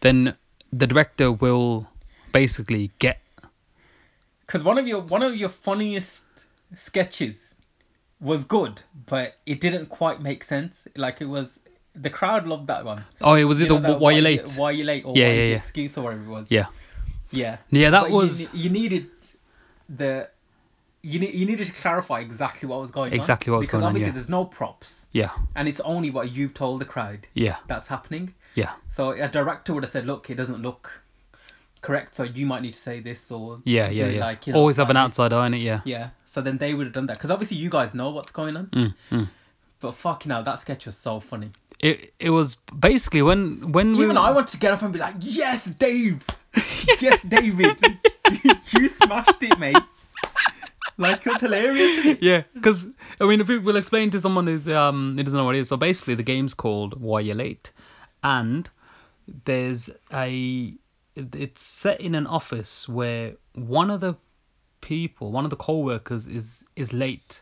Speaker 2: then the director will basically get
Speaker 3: Because one of your one of your funniest sketches was good, but it didn't quite make sense. Like it was, the crowd loved that one.
Speaker 2: Oh, it was it
Speaker 3: You know
Speaker 2: the
Speaker 3: that
Speaker 2: why you
Speaker 3: is
Speaker 2: late?
Speaker 3: it Why you late? Or
Speaker 2: Yeah,
Speaker 3: why
Speaker 2: yeah,
Speaker 3: you
Speaker 2: yeah.
Speaker 3: Excuse or whatever it was.
Speaker 2: Yeah.
Speaker 3: Yeah.
Speaker 2: Yeah, that
Speaker 3: But
Speaker 2: was-
Speaker 3: You, ne- you needed the. You, ne- you needed to clarify exactly what was going on.
Speaker 2: Exactly what was going on,
Speaker 3: Because obviously
Speaker 2: yeah.
Speaker 3: there's no props,
Speaker 2: Yeah.
Speaker 3: and it's only what you've told the crowd
Speaker 2: Yeah.
Speaker 3: that's happening.
Speaker 2: Yeah.
Speaker 3: So a director would have said, "Look, it doesn't look correct, so you might need to say this or
Speaker 2: Yeah,
Speaker 3: do
Speaker 2: yeah,
Speaker 3: it
Speaker 2: yeah.
Speaker 3: like, you know,
Speaker 2: Always have an
Speaker 3: like
Speaker 2: outside eye on it, yeah.
Speaker 3: this." Yeah. So then they would have done that because obviously you guys know what's going on.
Speaker 2: Mm, mm.
Speaker 3: But fucking hell, that sketch was so funny.
Speaker 2: It it was basically when when we
Speaker 3: Even I wanted to get up and be like, yes, Dave! Yes, David! you smashed it, mate. Like, it was hilarious.
Speaker 2: yeah, because I mean, if we will explain to someone who's um who doesn't know what it is. So basically, the game's called Why You're Late, and there's a it's set in an office where one of the people, one of the co-workers is is late,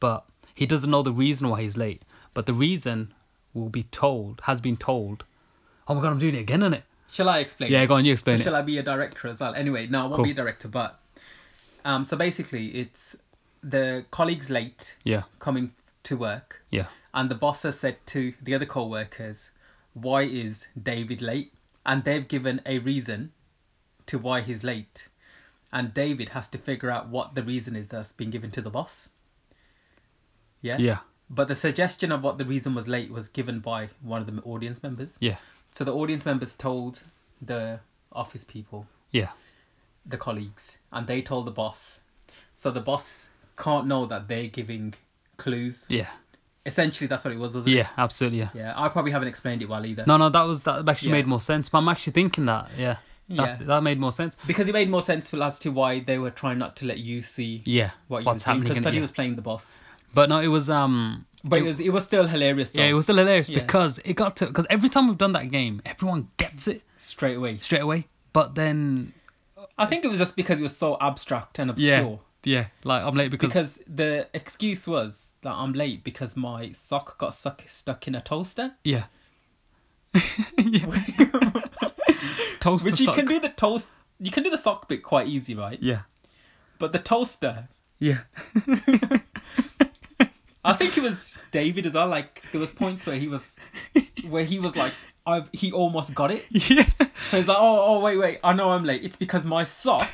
Speaker 2: but he doesn't know the reason why he's late. But the reason will be told, has been told. Oh my god, I'm doing it again, isn't it?
Speaker 3: Shall I explain?
Speaker 2: Yeah, go on, you
Speaker 3: So
Speaker 2: explain
Speaker 3: shall
Speaker 2: it.
Speaker 3: I be a director as well? Anyway, no, I won't
Speaker 2: Cool.
Speaker 3: be a director, but... Um, so basically, it's the colleague's late
Speaker 2: Yeah,
Speaker 3: coming to work,
Speaker 2: yeah,
Speaker 3: and the boss has said to the other co-workers, why is David late? And they've given a reason to why he's late. And David has to figure out what the reason is that's been given to the boss. Yeah?
Speaker 2: yeah,
Speaker 3: But the suggestion of what the reason was late was given by one of the audience members.
Speaker 2: yeah,
Speaker 3: So the audience members told the office people,
Speaker 2: yeah,
Speaker 3: the colleagues, and they told the boss. So the boss can't know that they're giving clues.
Speaker 2: yeah,
Speaker 3: Essentially, that's what it was, wasn't
Speaker 2: yeah, absolutely, yeah.
Speaker 3: it? Yeah. I probably haven't explained it well either.
Speaker 2: No, no, that was that actually
Speaker 3: Yeah.
Speaker 2: made more sense. But I'm actually thinking that, yeah, That's,
Speaker 3: Yeah.
Speaker 2: that made more sense.
Speaker 3: Because it made more sense as to why they were trying not to let you see
Speaker 2: Yeah,
Speaker 3: what you
Speaker 2: what's
Speaker 3: was doing,
Speaker 2: happening?
Speaker 3: Because
Speaker 2: In,
Speaker 3: Sonny
Speaker 2: yeah.
Speaker 3: was playing the boss.
Speaker 2: But no, it was um,
Speaker 3: But it was it was still hilarious though.
Speaker 2: yeah, it was still hilarious
Speaker 3: Yeah.
Speaker 2: because it got to because every time we've done that game, everyone gets it
Speaker 3: straight away.
Speaker 2: straight away. But then
Speaker 3: I think it was just because it was so abstract and obscure.
Speaker 2: yeah, yeah, like I'm late because,
Speaker 3: Because the excuse was that I'm late because my sock got suck, stuck in a toaster.
Speaker 2: Yeah. yeah. Toaster
Speaker 3: Which you
Speaker 2: sock.
Speaker 3: can do the toast, you can do the sock bit quite easy, right?
Speaker 2: Yeah.
Speaker 3: But the toaster,
Speaker 2: Yeah.
Speaker 3: I think it was David as well. Like there was points where he was, where he was like, I've, he almost got it.
Speaker 2: yeah.
Speaker 3: So he's like, oh, oh, wait, wait, I know I'm late. It's because my sock.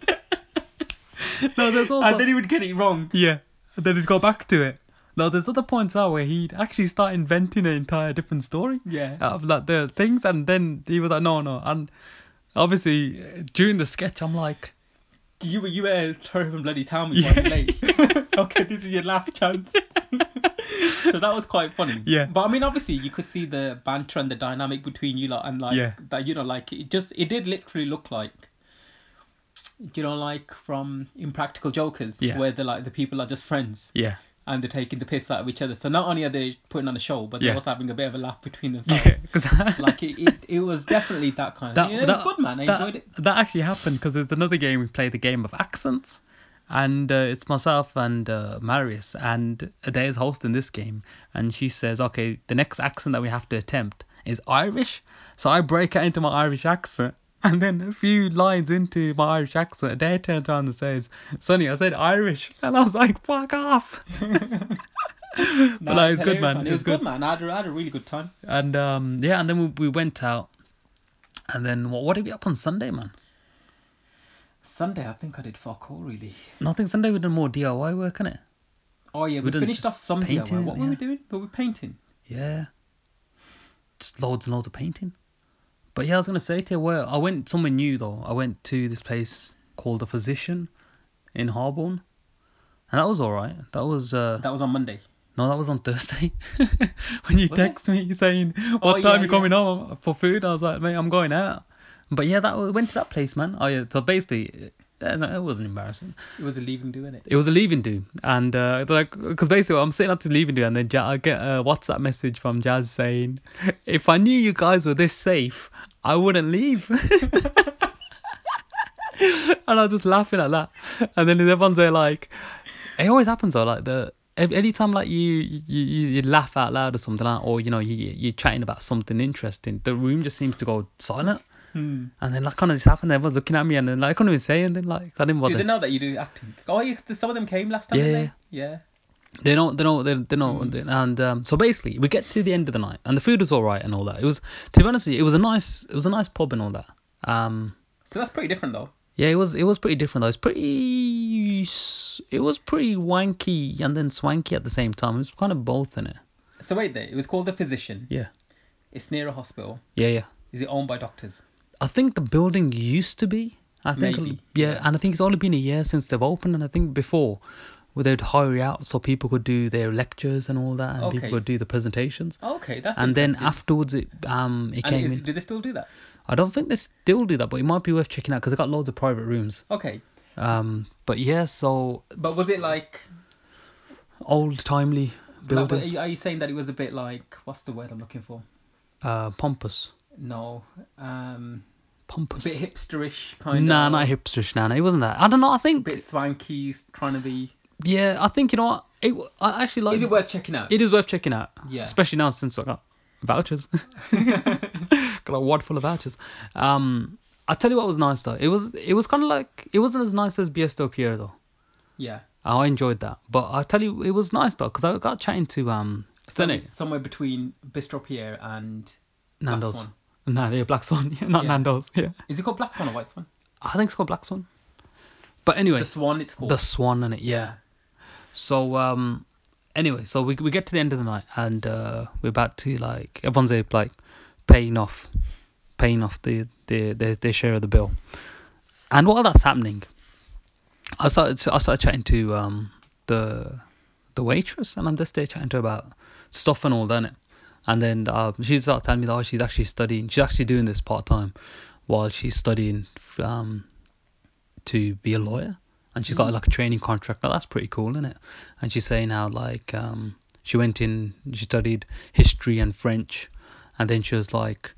Speaker 2: No, there's also.
Speaker 3: and then he would get it wrong.
Speaker 2: Yeah. And then he'd go back to it. No, there's other points out where he'd actually start inventing an entire different story.
Speaker 3: Yeah.
Speaker 2: Out of like the things, and then he was like, no, no, and obviously uh, during the sketch, I'm like,
Speaker 3: You were you were terrible bloody tell me why you're
Speaker 2: Yeah.
Speaker 3: late. okay, this is your last chance. so that was quite funny.
Speaker 2: Yeah.
Speaker 3: But I mean, obviously, you could see the banter and the dynamic between you lot, and like
Speaker 2: Yeah.
Speaker 3: that. You know, like it just it did literally look like. You know, like from Impractical Jokers,
Speaker 2: Yeah.
Speaker 3: where the like the people are just friends
Speaker 2: yeah,
Speaker 3: and they're taking the piss out of each other. So not only are they putting on a show, but they're
Speaker 2: Yeah.
Speaker 3: also having a bit of a laugh between themselves.
Speaker 2: yeah, because
Speaker 3: Like it, it, it was definitely that kind of.
Speaker 2: that,
Speaker 3: thing. Yeah, it
Speaker 2: that,
Speaker 3: was good, man. I
Speaker 2: that,
Speaker 3: enjoyed it.
Speaker 2: that actually happened because there's another game we play, the game of accents, and uh, it's myself and uh, Marius, and Adair is hosting this game, and she says, okay, the next accent that we have to attempt is Irish, so I break out into my Irish accent. And then a few lines into my Irish accent, Adair turns around and says, Sonny, I said Irish. And I was like, fuck off.
Speaker 3: No,
Speaker 2: but no, it was good,
Speaker 3: hilarious,
Speaker 2: man.
Speaker 3: It was good, man. I had, a- I had a really good time.
Speaker 2: And um, yeah, and then we, we went out. And then what, what did we up on Sunday, man?
Speaker 3: Sunday, I think I did fuck all really.
Speaker 2: No, I think Sunday we did more DIY work, innit?
Speaker 3: Oh yeah,
Speaker 2: So we
Speaker 3: we,
Speaker 2: done
Speaker 3: finished
Speaker 2: just
Speaker 3: off some
Speaker 2: painting,
Speaker 3: DIY. What were
Speaker 2: yeah.
Speaker 3: we doing? But we're painting.
Speaker 2: Yeah. Just loads and loads of painting. But yeah, I was gonna say to you, where I went somewhere new though. I went to this place called the Physician in Harborne, and that was alright. That was uh
Speaker 3: That was on Monday.
Speaker 2: no, that was on Thursday. when you
Speaker 3: Was it?
Speaker 2: text me saying what
Speaker 3: Oh,
Speaker 2: time
Speaker 3: yeah,
Speaker 2: you coming home for food, I was like, mate, I'm going out. But yeah, that went to that place, man. Oh yeah, so basically, it, it wasn't embarrassing.
Speaker 3: It was a leaving doing it.
Speaker 2: It was a leaving do, and uh, they're like, because basically I'm sitting at the leaving do, and then ja- I get a WhatsApp message from Jazz saying, "If I knew you guys were this safe, I wouldn't leave." and I was just laughing at that, and then everyone's there like, it always happens though, like the ev- anytime like you you, you you laugh out loud or something like, or you know you you- you're chatting about something interesting, the room just seems to go silent,
Speaker 3: Hmm.
Speaker 2: and then that kind of just happened. Everyone's looking at me, and then like, I couldn't even say anything, like I didn't
Speaker 3: Do
Speaker 2: bother.
Speaker 3: they know that you do acting? Oh, you, some of them came last time. didn't
Speaker 2: Yeah.
Speaker 3: they? Yeah.
Speaker 2: They don't, they don't, they, they
Speaker 3: Mm.
Speaker 2: don't. And um, so basically, we get to the end of the night, and the food was all right and all that. It was, to be honest, with you, it was a nice, it was a nice pub and all that. Um,
Speaker 3: So that's pretty different though.
Speaker 2: yeah, it was, it was pretty different. Though. It was pretty, s- it was pretty wanky and then swanky at the same time. It was kind of both in it.
Speaker 3: So wait there. It was called the Physician.
Speaker 2: Yeah,
Speaker 3: It's near a hospital.
Speaker 2: yeah, yeah.
Speaker 3: Is it owned by doctors?
Speaker 2: I think the building used to be. I think
Speaker 3: Maybe,
Speaker 2: yeah, and I think it's only been a year since they've opened, and I think before, where they'd hire you out so people could do their lectures and all that, and
Speaker 3: Okay.
Speaker 2: people could do the presentations.
Speaker 3: Oh, Okay, that's.
Speaker 2: and then
Speaker 3: impressive.
Speaker 2: afterwards it um it
Speaker 3: And
Speaker 2: came
Speaker 3: is,
Speaker 2: in.
Speaker 3: do they still do that?
Speaker 2: I don't think they still do that, but it might be worth checking out because they got loads of private rooms.
Speaker 3: Okay,
Speaker 2: Um, but yeah, so
Speaker 3: but was it like?
Speaker 2: old timely
Speaker 3: like
Speaker 2: building,
Speaker 3: are you saying that it was a bit like what's the word I'm looking for?
Speaker 2: uh, pompous,
Speaker 3: No, um, a
Speaker 2: pompous.
Speaker 3: bit hipsterish kind
Speaker 2: Nah,
Speaker 3: of.
Speaker 2: not hipsterish. Nah, nah, it wasn't that. I don't know. I think
Speaker 3: bit swanky, trying to be.
Speaker 2: yeah, I think you know what. It, I actually like.
Speaker 3: Is it worth checking out?
Speaker 2: It is worth checking out.
Speaker 3: Yeah.
Speaker 2: Especially now since I got vouchers. got a wad full of vouchers. Um, I tell you what was nice though. It was it was kind of like it wasn't as nice as Biesto Pierre though.
Speaker 3: yeah.
Speaker 2: I enjoyed that. But I tell you, it was nice though, because I got chatting to um
Speaker 3: So
Speaker 2: Sonny
Speaker 3: it's somewhere between Bistro Pierre and
Speaker 2: Nando's.
Speaker 3: Swan.
Speaker 2: No, yeah, Black Swan, yeah, not
Speaker 3: Yeah.
Speaker 2: Nando's. Yeah,
Speaker 3: is it called Black Swan or White Swan?
Speaker 2: I think it's called Black Swan. But anyway,
Speaker 3: The Swan, it's called.
Speaker 2: the Swan in it, yeah. So um, anyway, so we we get to the end of the night and uh, we're about to like everyone's there, like paying off, paying off the the their, their share of the bill. And while that's happening, I started I started chatting to um the the waitress and I'm just there chatting to her about stuff and all that. innit? And then um, she started telling me that oh, she's actually studying, she's actually doing this part time while she's studying um to be a lawyer and she's got like a training contract. Now that's pretty cool, isn't it? And she's saying how like um, she went in, she studied history and French, and then she was like,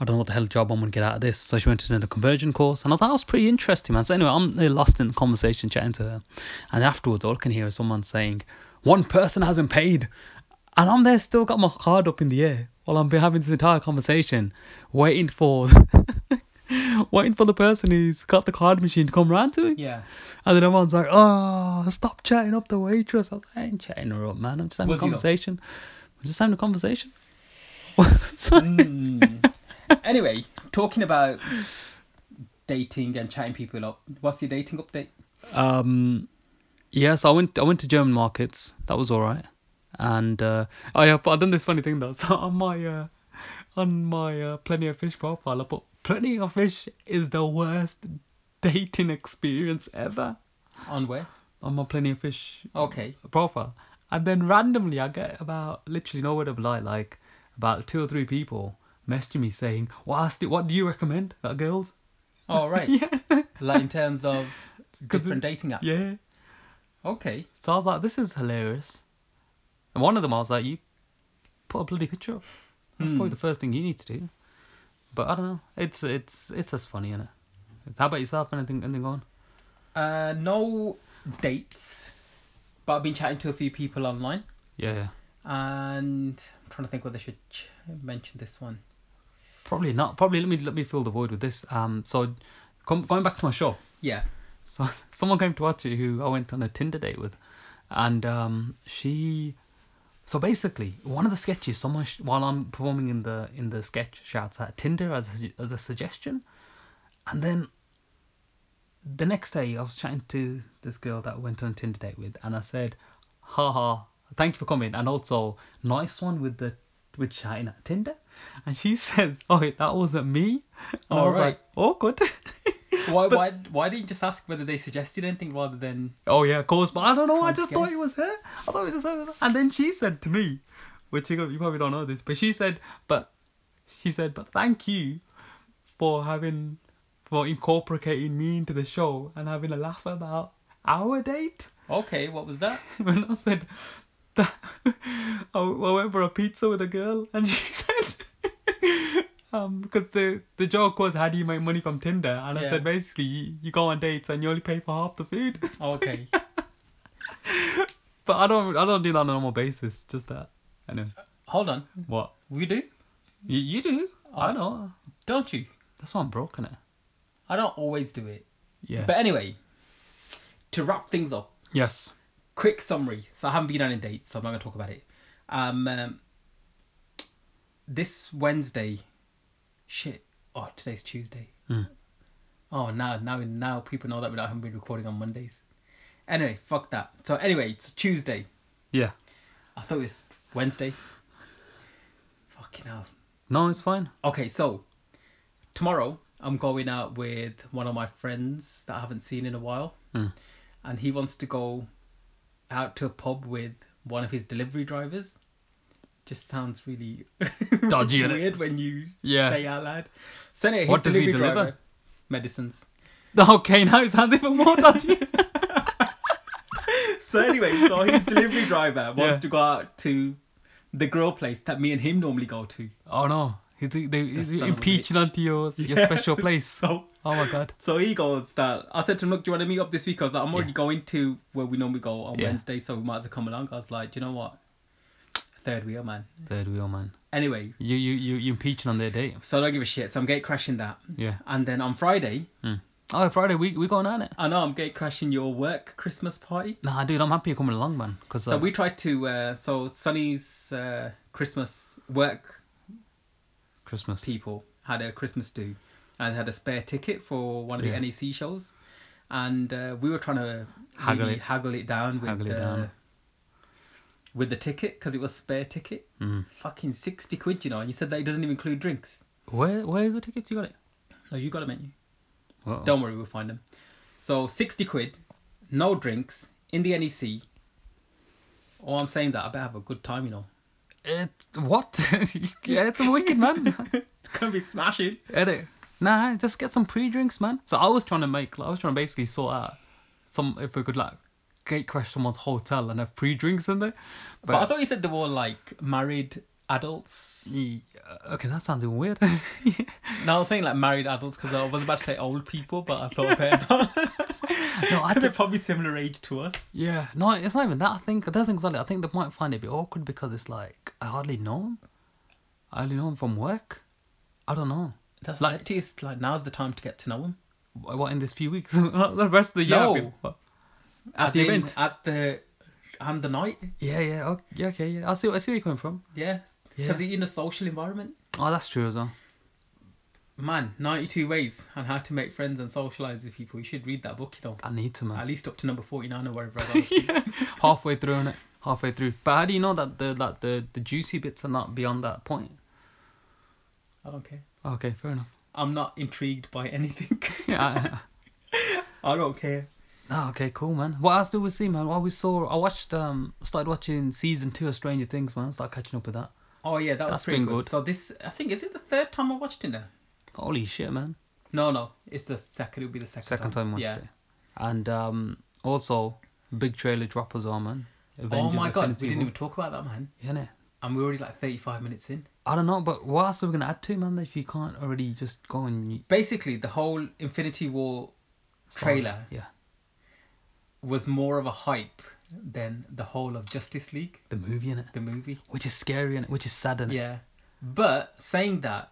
Speaker 2: I don't know what the hell job I'm gonna get out of this. So she went into a conversion course, and I thought that was pretty interesting, man. So anyway, I'm uh, lost in the conversation chatting to her, and afterwards all I can hear is someone saying, "One person hasn't paid," and I'm there still got my card up in the air while I'm having this entire conversation, waiting for, waiting for the person who's got the card machine to come round to me.
Speaker 3: Yeah.
Speaker 2: And then everyone's like, oh, stop chatting up the waitress. I, was like, I ain't chatting her up, man. I'm just having
Speaker 3: Well,
Speaker 2: a
Speaker 3: you know.
Speaker 2: conversation. I'm just having a conversation.
Speaker 3: Mm. anyway, talking about dating and chatting people up. What's your dating update?
Speaker 2: um, yeah, so I went, I went to German markets. That was all right. And uh, oh yeah, but I've done this funny thing though. So on my uh, on my uh, plenty of fish profile, I put plenty of fish is the worst dating experience ever
Speaker 3: On where?
Speaker 2: on my plenty of fish
Speaker 3: Okay.
Speaker 2: profile. And then randomly, I get about literally no word of a lie, like about two or three people messaging me saying, "What else do, what do you recommend that girls?"
Speaker 3: All right.
Speaker 2: yeah,
Speaker 3: Like in terms of different dating apps.
Speaker 2: yeah.
Speaker 3: Okay.
Speaker 2: So I was like, "This is hilarious." And one of them, I was like, "You put a bloody picture up. That's
Speaker 3: Hmm.
Speaker 2: probably the first thing you need to do." But I don't know. It's it's it's just funny, isn't it? How about yourself? Anything anything on?
Speaker 3: Uh, no dates, but I've been chatting to a few people online,
Speaker 2: Yeah, yeah.
Speaker 3: and I'm trying to think whether I should ch- mention this one.
Speaker 2: Probably not. Probably let me let me fill the void with this. Um, so com- going back to my show.
Speaker 3: Yeah.
Speaker 2: So someone came to watch it who I went on a Tinder date with, and um, she. So basically, one of the sketches, someone sh- while I'm performing in the in the sketch, shouts out Tinder as a, as a suggestion, and then the next day I was chatting to this girl that I went on a Tinder date with, and I said, haha, thank you for coming, and also nice one with the with shouting at Tinder, and she says, oh that wasn't me, and I was
Speaker 3: Alright.
Speaker 2: like, oh good.
Speaker 3: Why,
Speaker 2: But-
Speaker 3: why, why didn't you just ask whether they suggested anything rather than
Speaker 2: Oh yeah, of course. But I don't know. I
Speaker 3: Can't
Speaker 2: just thought it
Speaker 3: guess.
Speaker 2: was her. I thought it was her. And then she said to me, which you you probably don't know this, but she said, but she said, but thank you for having for incorporating me into the show and having a laugh about our date.
Speaker 3: okay, what was that?
Speaker 2: When I said that, I, I went for a pizza with a girl, and she said. Um, because the the joke was how do you make money from Tinder, and I
Speaker 3: Yeah.
Speaker 2: said basically you, you go on dates and you only pay for half the food.
Speaker 3: Oh, Okay.
Speaker 2: But I don't I don't do that on a normal basis. Just that. Anyway,
Speaker 3: Hold on.
Speaker 2: what?
Speaker 3: We do,
Speaker 2: You, you do?
Speaker 3: Uh,
Speaker 2: I don't.
Speaker 3: don't you?
Speaker 2: That's why I'm broken it.
Speaker 3: I don't always do it.
Speaker 2: Yeah.
Speaker 3: But anyway, to wrap things up,
Speaker 2: yes.
Speaker 3: quick summary. So I haven't been on a date, so I'm not going to talk about it. Um, um, this Wednesday, shit. Oh, today's Tuesday.
Speaker 2: Hmm.
Speaker 3: Oh, now now now people know that we haven't been recording on Mondays. Anyway, fuck that. So anyway, it's Tuesday.
Speaker 2: Yeah.
Speaker 3: I thought it was Wednesday. Fucking hell.
Speaker 2: No, it's fine.
Speaker 3: Okay, so tomorrow I'm going out with one of my friends that I haven't seen in a while,
Speaker 2: Hmm.
Speaker 3: and he wants to go out to a pub with one of his delivery drivers. Just sounds really
Speaker 2: Dodgy, innit?
Speaker 3: weird when you
Speaker 2: Yeah.
Speaker 3: say out loud. So anyway, his
Speaker 2: What does he
Speaker 3: delivery
Speaker 2: deliver?
Speaker 3: driver- medicines.
Speaker 2: Okay, now it sounds even more dodgy.
Speaker 3: So anyway, so his delivery driver wants
Speaker 2: Yeah.
Speaker 3: to go out to the grill place that me and him normally go to.
Speaker 2: oh no. He's, they, he's
Speaker 3: son of a
Speaker 2: impeaching
Speaker 3: bitch.
Speaker 2: onto your, your
Speaker 3: Yeah.
Speaker 2: special place.
Speaker 3: So
Speaker 2: Oh my god.
Speaker 3: So he goes that I said to him, Look, do you want to meet up this week? I was like, I'm already
Speaker 2: Yeah.
Speaker 3: going to where we normally go on
Speaker 2: Yeah.
Speaker 3: Wednesday, so we might as well come along. I was like, Do you know what? Third wheel, man.
Speaker 2: Third wheel man.
Speaker 3: Anyway,
Speaker 2: You you you you impeaching on their date.
Speaker 3: so I don't give a shit. So I'm gate crashing that.
Speaker 2: Yeah.
Speaker 3: And then on Friday,
Speaker 2: Oh Friday we we going on it.
Speaker 3: I know I'm gate crashing your work Christmas party.
Speaker 2: Nah dude, I'm happy you're coming along man. Cause
Speaker 3: So we tried to, uh, so Sonny's uh, Christmas work
Speaker 2: Christmas.
Speaker 3: people had a Christmas do and had a spare ticket for one of
Speaker 2: Yeah.
Speaker 3: the NEC shows. And uh, we were trying to
Speaker 2: Haggle
Speaker 3: really
Speaker 2: it.
Speaker 3: haggle it down with
Speaker 2: Haggle it
Speaker 3: the
Speaker 2: down.
Speaker 3: with the ticket because it was spare ticket.
Speaker 2: Mm.
Speaker 3: Fucking sixty quid, you know. And you said that it doesn't even include drinks.
Speaker 2: Where where is the tickets? You got it?
Speaker 3: No, you got a menu.
Speaker 2: Uh-oh.
Speaker 3: Don't worry, we'll find them. So sixty quid, no drinks in the NEC. Oh, I'm saying that I better have a good time, you know.
Speaker 2: It, what? yeah, it's a wicked man.
Speaker 3: It's gonna be smashing.
Speaker 2: Edit. Nah, just get some pre-drinks, man. So I was trying to make, like, I was trying to basically sort out some if we could like gate crash someone's hotel and have pre-drinks in there.
Speaker 3: But I thought you said they were like married adults.
Speaker 2: Ye- Okay, that sounds even weird.
Speaker 3: No, I was saying like married adults because I was about to say old people, but I thought better not.
Speaker 2: No, I
Speaker 3: they're
Speaker 2: don't.
Speaker 3: probably similar age to us.
Speaker 2: Yeah, no, it's not even that. I think I don't think it's like that. I think they might find it a bit awkward because it's like I hardly know him. I hardly know him from work. I don't know.
Speaker 3: That's
Speaker 2: Like-
Speaker 3: like, it's like now's the time to get to know them.
Speaker 2: Wh- What in this few weeks? Not the rest of the year.
Speaker 3: No.
Speaker 2: but- At the event.
Speaker 3: At the and the night.
Speaker 2: Yeah, yeah, okay, yeah, okay, yeah. I see, I see where you're coming from.
Speaker 3: Yeah.
Speaker 2: Yeah.
Speaker 3: Because you're in a social environment.
Speaker 2: Oh, that's true as well.
Speaker 3: Man, 92 ways on how to make friends and socialize with people. You should read that book, you know.
Speaker 2: I need to
Speaker 3: At
Speaker 2: man.
Speaker 3: least up to number 49 or wherever. I got.
Speaker 2: Halfway through on it. Halfway through. But how do you know that the that the the juicy bits are not beyond that point?
Speaker 3: I don't care.
Speaker 2: Okay, fair enough.
Speaker 3: I'm not intrigued by anything.
Speaker 2: Yeah.
Speaker 3: I don't care.
Speaker 2: Oh, okay, cool, man. What else did we see, man? Well, we saw. I watched. Um, started watching season two of Stranger Things, man. Start catching up with that.
Speaker 3: Oh yeah, that
Speaker 2: That's
Speaker 3: was pretty
Speaker 2: been
Speaker 3: good.
Speaker 2: good.
Speaker 3: So this, I think, is it the third time I watched it now?
Speaker 2: Holy shit, man.
Speaker 3: No, no, it's the second. It'll be the second.
Speaker 2: Second
Speaker 3: time.
Speaker 2: time watched
Speaker 3: yeah.
Speaker 2: it. And um, also big trailer drop as well, man.
Speaker 3: oh my god,
Speaker 2: Infinity
Speaker 3: we didn't
Speaker 2: War.
Speaker 3: even talk about that, man.
Speaker 2: Yeah, innit?
Speaker 3: And we're already like 35 minutes in.
Speaker 2: I don't know, but what else are we gonna add to, man? If you can't already just go and
Speaker 3: Basically, the whole Infinity War trailer
Speaker 2: Yeah.
Speaker 3: was more of a hype than the whole of Justice League,
Speaker 2: The movie in it,
Speaker 3: the movie.
Speaker 2: which is scary and which is sad and
Speaker 3: Yeah. But saying that,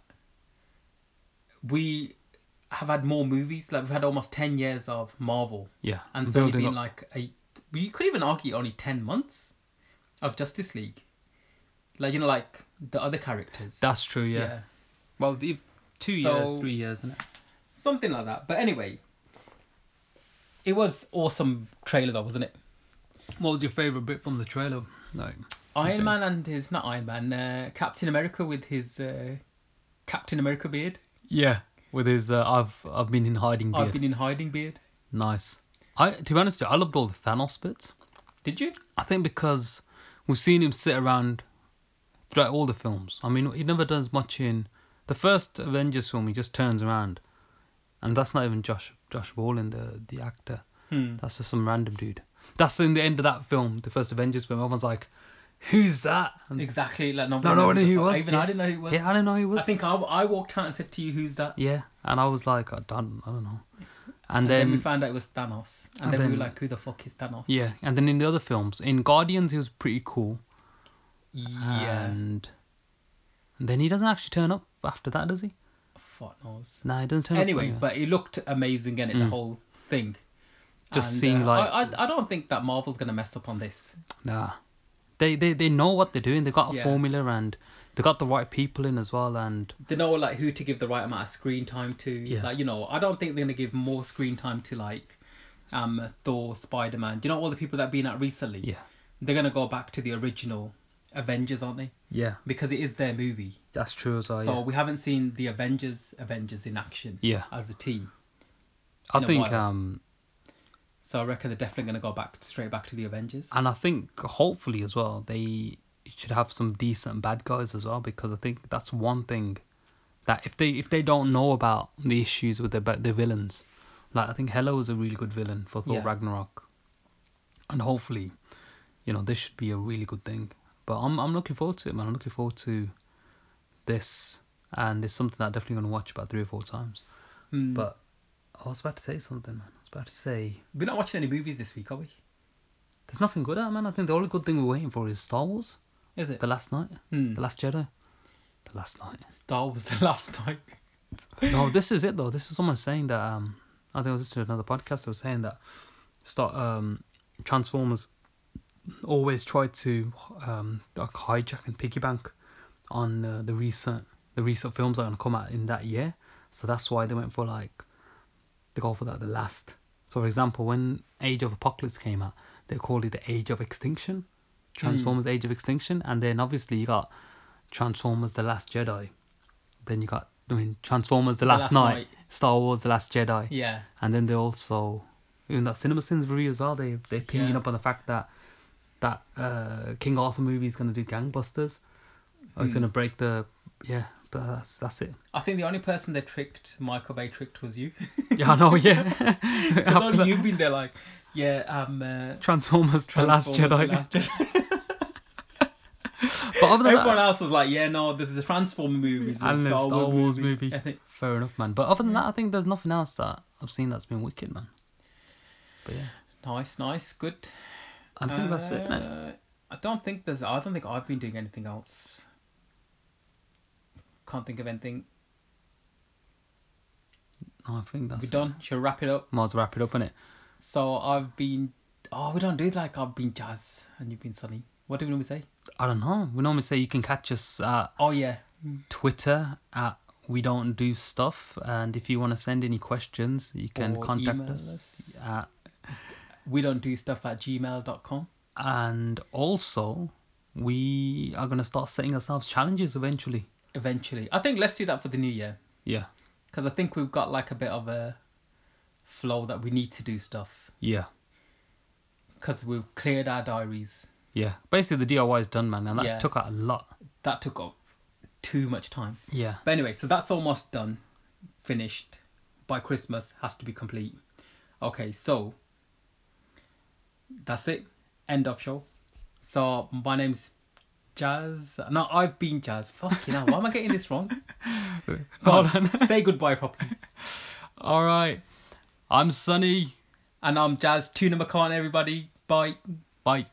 Speaker 3: we have had more movies. Like we've had almost 10 years of Marvel,
Speaker 2: yeah.
Speaker 3: and it's only
Speaker 2: building
Speaker 3: been
Speaker 2: up.
Speaker 3: like a. You could even argue only 10 months of Justice League. Like you know, like the other characters.
Speaker 2: That's true, yeah. Well, the- two
Speaker 3: So-
Speaker 2: years, three years, innit?
Speaker 3: something like that. But anyway, it was awesome trailer though, wasn't it?
Speaker 2: What was your favorite bit from the trailer? Like
Speaker 3: Iron
Speaker 2: Insane.
Speaker 3: Man and his not Iron Man, uh, Captain America with his uh, Captain America beard.
Speaker 2: Yeah, with his uh, I've I've been in hiding beard.
Speaker 3: I've been in hiding beard.
Speaker 2: Nice. I to be honest, I loved all the Thanos bits.
Speaker 3: Did you?
Speaker 2: I think because we've seen him sit around throughout all the films. I mean, he never does much in the first Avengers film. He just turns around, and that's not even Josh Josh Brolin, the the actor.
Speaker 3: Hmm.
Speaker 2: That's just some random dude. That's in the end of that film, the first Avengers film. Everyone's like, "Who's that?" And,
Speaker 3: Hmm. Exactly. Like
Speaker 2: No, no one knew who he
Speaker 3: I
Speaker 2: was.
Speaker 3: Even
Speaker 2: Yeah.
Speaker 3: I didn't know who it was.
Speaker 2: yeah, I don't know who he was.
Speaker 3: I think I, I walked out and said to you, "Who's that?"
Speaker 2: Yeah, and I was like, I don't, I don't know. And,
Speaker 3: And
Speaker 2: then,
Speaker 3: then, we found out it was Thanos. And,
Speaker 2: and
Speaker 3: then, we
Speaker 2: then-
Speaker 3: were like, "Who the fuck is Thanos?"
Speaker 2: yeah, and then in the other films, in Guardians he was pretty cool. Ah.
Speaker 3: Yeah.
Speaker 2: And then he doesn't actually turn up after that, does he?
Speaker 3: Fuck knows.
Speaker 2: No, he doesn't turn up.
Speaker 3: Anyway, but it looked amazing, and it the
Speaker 2: Oh, Mm.
Speaker 3: whole thing.
Speaker 2: Just
Speaker 3: And,
Speaker 2: seeing,
Speaker 3: uh,
Speaker 2: like-
Speaker 3: I, I I don't think that Marvel's gonna mess up on this.
Speaker 2: nah, they they they know what they're doing. They got a
Speaker 3: Yeah.
Speaker 2: formula and they got the right people in as well. And
Speaker 3: they know like who to give the right amount of screen time to.
Speaker 2: Yeah.
Speaker 3: Like you know, I don't think they're gonna give more screen time to like um Thor, Spider Man. Do you know all the people that have been out recently?
Speaker 2: yeah,
Speaker 3: They're gonna go back to the original Avengers, aren't they?
Speaker 2: yeah,
Speaker 3: Because it is their movie.
Speaker 2: that's true as well.
Speaker 3: so
Speaker 2: Oh, yeah.
Speaker 3: we haven't seen the Avengers Avengers in action
Speaker 2: Yeah.
Speaker 3: as a team.
Speaker 2: I
Speaker 3: in a
Speaker 2: think
Speaker 3: while.
Speaker 2: um,
Speaker 3: So I reckon they're definitely gonna go back straight back to the Avengers.
Speaker 2: and I think hopefully as well they should have some decent bad guys as well because I think that's one thing that if they if they don't know about the issues with their ba- their villains, like I think Hela was a really good villain for Thor
Speaker 3: Yeah.
Speaker 2: Ragnarok, and hopefully, you know this should be a really good thing. But I'm I'm looking forward to it, man. I'm looking forward to this, and it's something that I'm definitely gonna watch about three or four times.
Speaker 3: Hmm.
Speaker 2: But I was about to say something, man. I was about to say
Speaker 3: we're not watching any movies this week, are we?
Speaker 2: there's nothing good out, man. I think the only good thing we're waiting for is Star Wars,
Speaker 3: Is it?
Speaker 2: The Last Night,
Speaker 3: Hmm.
Speaker 2: The Last Jedi, The Last Night.
Speaker 3: Star Wars the last time.
Speaker 2: no, this is it though. This is someone saying that. Um, I think I was listening to another podcast. They were saying that start um Transformers always try to um like hijack and piggy bank on uh, the recent the recent films that are gonna come out in that year. So that's why they went for like they go for that the last. So for example, when Age of Apocalypse came out, they called it the Age of Extinction, Transformers Age of Extinction, and then obviously you got Transformers The Last Jedi. Then you got I mean Transformers The Last,
Speaker 3: Last
Speaker 2: Night,
Speaker 3: Night.
Speaker 2: Star Wars The Last Jedi,
Speaker 3: Yeah.
Speaker 2: and then they also in that CinemaSins review as well they they're pinging
Speaker 3: Yeah.
Speaker 2: up on the fact that that uh, King Arthur movie is gonna do gangbusters. Or it's
Speaker 3: Hmm.
Speaker 2: gonna break the yeah, but that's that's it.
Speaker 3: I think the only person they tricked, Michael Bay tricked, was you.
Speaker 2: Yeah, I know. Yeah.
Speaker 3: Because
Speaker 2: After
Speaker 3: only
Speaker 2: that,
Speaker 3: you've been there, like, yeah, um, uh,
Speaker 2: Transformers, The Last
Speaker 3: Transformers,
Speaker 2: Jedi.
Speaker 3: The Last Jedi.
Speaker 2: But other than
Speaker 3: Everyone
Speaker 2: that,
Speaker 3: else was like, yeah, no, this is the Transformer movies
Speaker 2: and the Star Wars, movie.
Speaker 3: I think-
Speaker 2: Fair enough, man. But other than that, I think there's nothing else that I've seen that's been wicked, man. But yeah,
Speaker 3: Nice, nice, good.
Speaker 2: I think that's it, mate.
Speaker 3: Uh, I don't think there's. I don't think I've been doing anything else. Can't think of anything.
Speaker 2: No, I think that's
Speaker 3: We're
Speaker 2: it.
Speaker 3: done. Shall we wrap it up?
Speaker 2: Might as well wrap it up, innit?
Speaker 3: So I've been. Oh, we don't do it like I've been Jazz and you've been Sunny. What do we normally say?
Speaker 2: I don't know. We normally say you can catch us at
Speaker 3: Oh yeah.
Speaker 2: Twitter at we don't do stuff, and if you want to send any questions, you can
Speaker 3: Or
Speaker 2: contact
Speaker 3: email
Speaker 2: us.
Speaker 3: us.
Speaker 2: At,
Speaker 3: We don't do stuff at gmail.com.
Speaker 2: and also, we are gonna start setting ourselves challenges eventually.
Speaker 3: Eventually, I think let's do that for the new year
Speaker 2: Yeah,
Speaker 3: because I think we've got like a bit of a flow that we need to do stuff
Speaker 2: yeah,
Speaker 3: because we've cleared our diaries.
Speaker 2: yeah. Basically, the DIY is done, man, and that
Speaker 3: Yeah.
Speaker 2: took out a lot.
Speaker 3: That took up too much time.
Speaker 2: Yeah,
Speaker 3: But anyway, so that's almost done, finished. By Christmas, has to be complete. Okay, so that's it. End of show. So my name's Jazz. No, I've been Jazz. Fucking hell, why am I getting this wrong? Go
Speaker 2: Hold on.
Speaker 3: Say goodbye properly.
Speaker 2: All right. I'm Sunny.
Speaker 3: And I'm Jazz Tuna McCann, everybody. Bye.
Speaker 2: Bye.